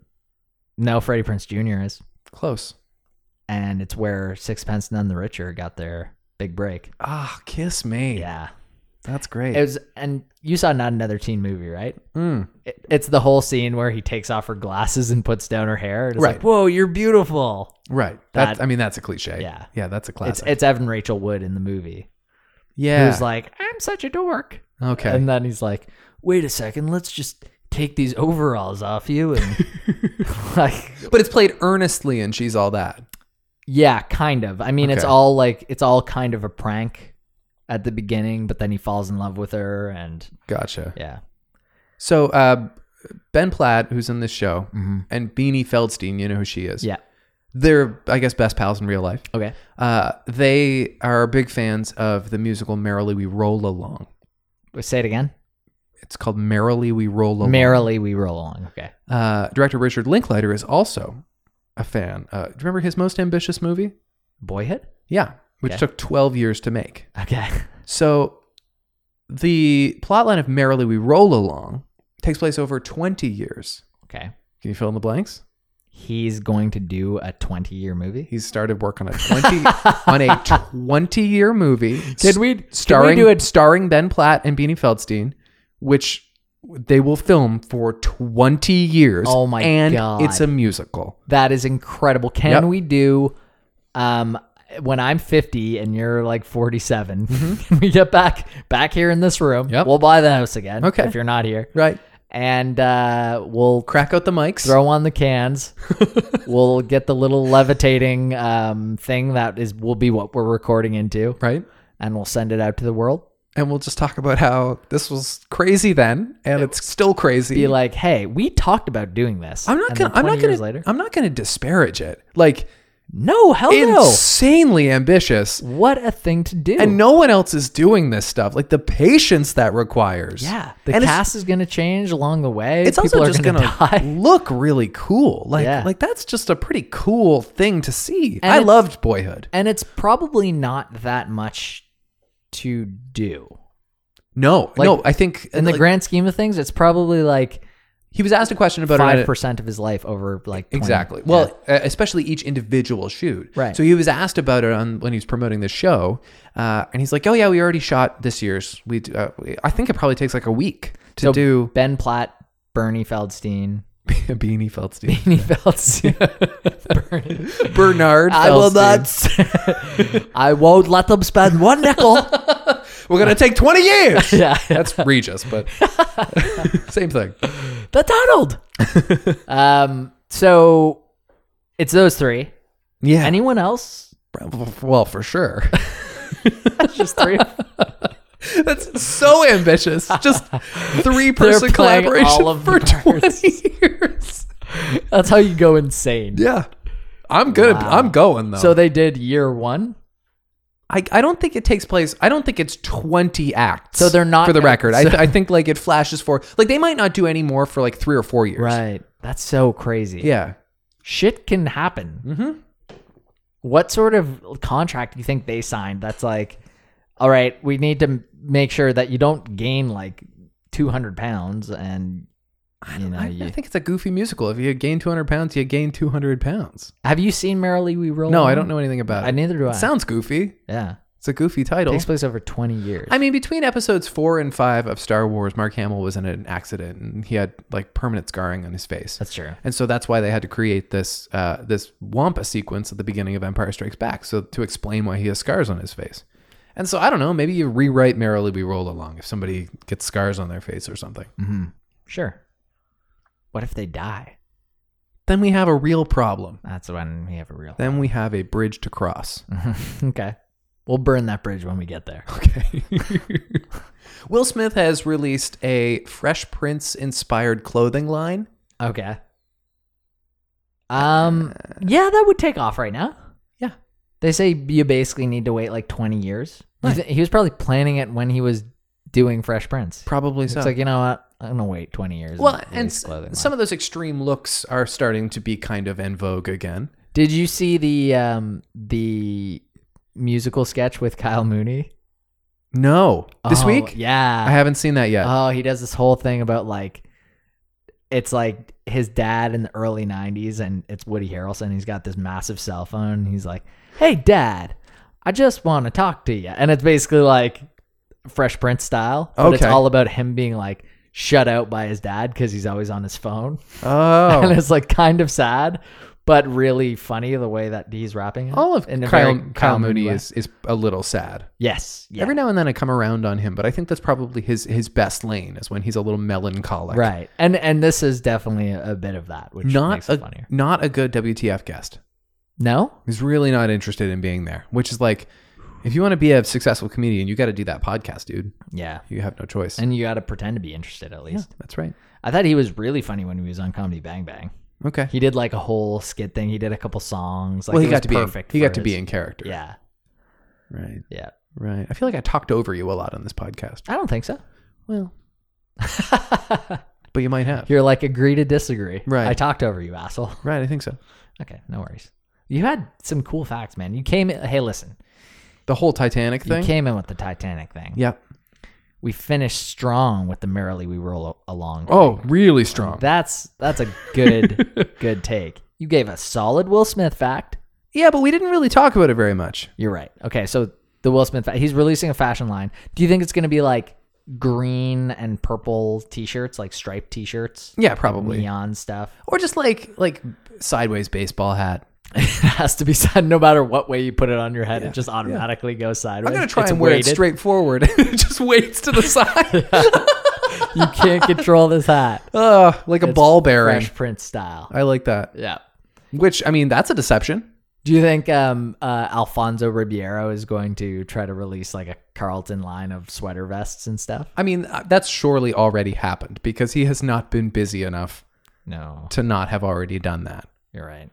C: No, Freddie Prince Jr. is,
B: Close.
C: and it's where Sixpence None the Richer got their big break.
B: Ah, Kiss Me.
C: Yeah,
B: That's great.
C: it was. And you saw not another teen movie, right?
B: Mm.
C: It, it's the whole scene where he takes off her glasses and puts down her hair. And it's
B: Right.
C: like, whoa, you're beautiful.
B: Right. That,
C: That-
B: I mean, that's a cliche.
C: Yeah.
B: Yeah, that's a classic.
C: It's it's Evan Rachel Wood in the movie.
B: yeah.
C: Who's like, I'm such a dork.
B: okay.
C: And then he's like, wait a second, let's just take these overalls off you and like
B: but it's played earnestly and she's all that.
C: Yeah, kind of. I mean, it's
B: Okay.
C: all like it's all kind of a prank at the beginning, but then he falls in love with her, and
B: Gotcha.
C: yeah,
B: So, uh, Ben Platt, who's in this show,
C: Mhm.
B: and Beanie Feldstein, you know who she is.
C: yeah,
B: They're, I guess, best pals in real life.
C: okay,
B: Uh, they are big fans of the musical Merrily We Roll Along.
C: Wait, say it again.
B: It's called Merrily We Roll Along.
C: Merrily we roll along. Okay,
B: Uh, director Richard Linklater is also a fan. Uh, do you remember his most ambitious movie?
C: boyhood.
B: Yeah, which
C: Okay.
B: took 12 years to make.
C: Okay,
B: So the plotline of Merrily We Roll Along takes place over 20 years.
C: okay.
B: Can you fill in the blanks?
C: He's going to do a twenty-year movie.
B: He's started work on a 20 on a 20 year movie.
C: Did we- did we
B: starring
C: do it-
B: starring Ben Platt and Beanie Feldstein, which they will film for 20 years.
C: Oh my
B: and
C: God.
B: it's a musical.
C: That is incredible. Can
B: Yep.
C: we do? Um, when I'm 50 and you're like 47, can we get back back here in this room?
B: Mm-hmm. Yep.
C: We'll buy the house again.
B: Okay.
C: if you're not here,
B: Right.
C: and uh, we'll
B: Crack out the mics.
C: throw on the cans. we'll get the little levitating um, thing that is will be what we're recording into,
B: Right.
C: and we'll send it out to the world.
B: And we'll just talk about how this was crazy then and it's still crazy.
C: Be like, hey, we talked about doing this.
B: I'm not
C: And
B: gonna.
C: then
B: I'm not
C: 20
B: gonna.
C: years later.
B: I'm not gonna disparage it. Like
C: no, hell no.
B: insanely ambitious,
C: What a thing to do.
B: and no one else is doing this stuff. Like the patience that requires.
C: yeah, the
B: and it's-
C: cast is gonna change along the way.
B: It's,
C: People
B: also
C: are
B: just
C: gonna,
B: gonna,
C: die.
B: look really cool. Like
C: Yeah.
B: like that's just a pretty cool thing to see.
C: And
B: I
C: it's-
B: loved Boyhood.
C: And it's probably not that much to do.
B: No,
C: Like,
B: no, I think
C: In the
B: like,
C: grand scheme of things, it's probably like
B: he was asked a question about it at a-
C: five percent of his life over like 20.
B: Exactly.
C: Yeah.
B: Well, uh especially each individual shoot.
C: Right.
B: So he was asked about it on when he was promoting the show, uh, and he's like, "Oh yeah, we already shot this year's. We, d- uh, we I think it probably takes like a week to
C: So
B: do
C: Ben Platt, Bernie Feldstein,
B: Beanie Feldstein,
C: Beanie Feldstein, Bernie.
B: Bernard.
C: I will not.
B: Feldstein.
C: s- I won't let them spend one nickel.
B: We're gonna take twenty years.
C: yeah,
B: That's Regis, but same thing.
C: the Donald. um. So it's those three.
B: Yeah.
C: Anyone else?
B: well, for sure.
C: Just three.
B: That's so ambitious. Just three person
C: playing
B: collaboration
C: all of
B: for
C: the parts.
B: twenty years.
C: That's how you go insane.
B: Yeah. I'm good.
C: Wow.
B: I'm going though.
C: So they did year one.
B: I, I don't think it takes place. I don't think it's 20 acts.
C: So they're not
B: for the
C: gonna-
B: record. I,
C: so-
B: th- I think like it flashes for like they might not do any more for like three or four years.
C: Right. That's so crazy.
B: Yeah.
C: Shit can happen.
B: Mm-hmm.
C: what sort of contract do you think they signed that's like all right we need to m- make sure that you don't gain like 200 pounds and you know
B: I,
C: you,
B: I think it's a goofy musical. If you gain 200 pounds, you gain 200 pounds.
C: have you seen merrily we roll
B: No, I
C: Along?
B: don't know anything about it.
C: I neither do I.
B: It sounds goofy.
C: yeah
B: It's a goofy title.
C: takes place over 20 years
B: I mean, between episodes four and five of Star Wars, Mark Hamill was in an accident and he had like permanent scarring on his face.
C: that's true
B: and so that's why they had to create this uh, this Wampa sequence at the beginning of Empire Strikes Back, so to explain why he has scars on his face. And so I don't know, maybe you rewrite Merrily We Roll Along if somebody gets scars on their face or something.
C: hmm sure what if they die
B: Then we have a real problem.
C: that's when we have a real
B: Then we have a bridge to cross.
C: okay we'll burn that bridge when we get there
B: Okay. Will Smith has released a Fresh Prince inspired clothing line.
C: okay um yeah that would take off right now
B: Uh, Yeah.
C: They say you basically need to wait like 20 years. You
B: Right.
C: thi- he was probably planning it when he was doing Fresh Prince.
B: Probably
C: It's
B: so.
C: like, you know what? I'm going to wait 20 years.
B: well, and
C: release
B: s-
C: clothing
B: some
C: line.
B: of those extreme looks are starting to be kind of en vogue again.
C: Did you see the um the musical sketch with Kyle Mooney?
B: No. This
C: Oh,
B: week?
C: Yeah. Uh,
B: I haven't seen that yet.
C: Oh, he does this whole thing about like it's like his dad in the early 90s and it's Woody Harrelson. He's got this massive cell phone. And he's like, hey, dad, I just want to talk to you. And it's basically like Fresh Prince style. But it's
B: Okay.
C: all about him being like shut out by his dad because he's always on his phone. And
B: Oh,
C: it's like kind of sad, but really funny the way that he's rapping. it
B: all of
C: in a
B: Kyle,
C: very
B: Kyle Mooney
C: way.
B: is is a little sad.
C: Yes. Yeah.
B: Every now and then I come around on him, but I think that's probably his his best lane is when he's a little melancholic.
C: right. And and this is definitely a, a bit of that, which
B: Not
C: makes it
B: a
C: funnier.
B: not a good WTF guest.
C: No?
B: He's really not interested in being there, which is like, if you want to be a successful comedian, you got to do that podcast, dude.
C: Yeah.
B: You have no choice.
C: And you got to pretend to be interested at least.
B: that's right.
C: I thought he was really funny when he was on Comedy Bang Bang.
B: Okay.
C: He did like a whole skit thing. He did a couple songs. Like,
B: well, he
C: it
B: got
C: was
B: to be in,
C: perfect.
B: he
C: for
B: got to be
C: his-
B: in character.
C: Yeah,
B: Right.
C: yeah.
B: Right. I feel like I talked over you a lot on this podcast.
C: I don't think so.
B: Well, but you might have.
C: You're like agree to disagree.
B: Right.
C: I talked over you, asshole.
B: Right. I think so.
C: Okay, no worries. You had some cool facts, man. You came. In, hey, listen.
B: The whole Titanic thing.
C: You came in with the Titanic thing.
B: yeah.
C: We finished strong with the merrily we roll a- along.
B: Oh, really strong.
C: That's that's a good good take. You gave a solid Will Smith fact.
B: yeah, but we didn't really talk about it very much.
C: You're right. Okay, so the Will Smith, fa- he's releasing a fashion line. Do you think it's going to be like green and purple t-shirts, like striped t-shirts,
B: Yeah, probably.
C: neon stuff?
B: Or just like like sideways baseball hat.
C: it has to be said no matter what way you put it on your head, it just automatically goes sideways.
B: I'm gonna try
C: It's
B: and wear
C: weighted.
B: it straight forward. it just waits to the side.
C: You can't control this hat.
B: Ugh, like a
C: It's
B: ball bearing.
C: Fresh Prince style.
B: I like that.
C: Yeah.
B: Which I mean, that's a deception.
C: Do you think um, uh, Alfonso Ribeiro is going to try to release like a Carlton line of sweater vests and stuff?
B: I mean, uh, that's surely already happened because he has not been busy enough
C: No.
B: to not have already done that.
C: You're right.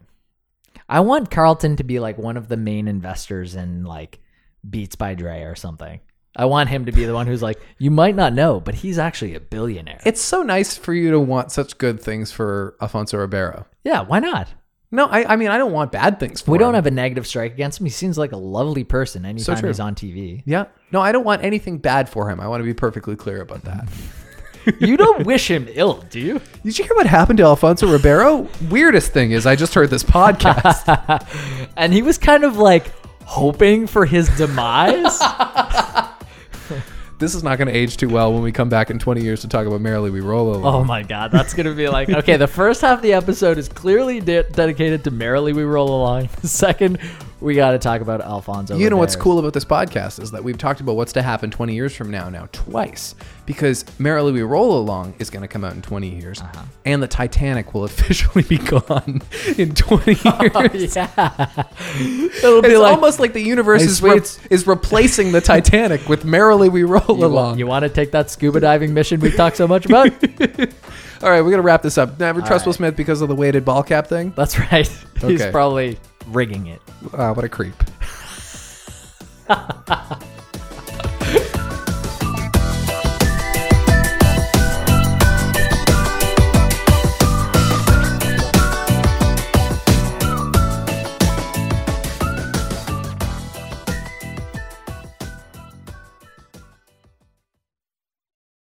C: I want Carlton to be like one of the main investors in like Beats by Dre or something. I want him to be the one who's like, you might not know, but he's actually a billionaire.
B: It's so nice for you to want such good things for Alfonso Ribeiro.
C: yeah, why not?
B: No, I, I mean, I don't want bad things for
C: We don't
B: him.
C: have a negative strike against him. He seems like a lovely person anytime
B: true.
C: he's on TV.
B: Yeah. No, I don't want anything bad for him. I want to be perfectly clear about that.
C: You don't wish him ill, do you?
B: Did you hear what happened to Alfonso Ribeiro? Weirdest thing is I just heard this podcast.
C: and he was kind of like hoping for his demise.
B: this is not going to age too well when we come back in 20 years to talk about Merrily We Roll Along.
C: Oh my god, that's gonna be like okay. The first half of the episode is clearly de- dedicated to merrily we roll along. The second, we got to talk about Alfonso.
B: You know what's
C: Ribeiro.
B: cool about this podcast is that we've talked about what's to happen 20 years from now now twice because Merrily We Roll Along is going to come out in 20 years
C: Uh-huh.
B: and the Titanic will officially be gone in 20 years.
C: yeah, it'll be
B: Oh, It's
C: like
B: almost like the universe
C: I
B: is, re-
C: sweet-
B: is replacing the Titanic with Merrily We Roll
C: you,
B: Along.
C: want to take that scuba diving mission we talked so much about?
B: All right, we're gonna wrap this up. Never trust Will
C: right.
B: Smith because of the weighted ball cap thing.
C: that's right. He's
B: Okay. Uh,
C: probably rigging it.
B: Ah, what a creep.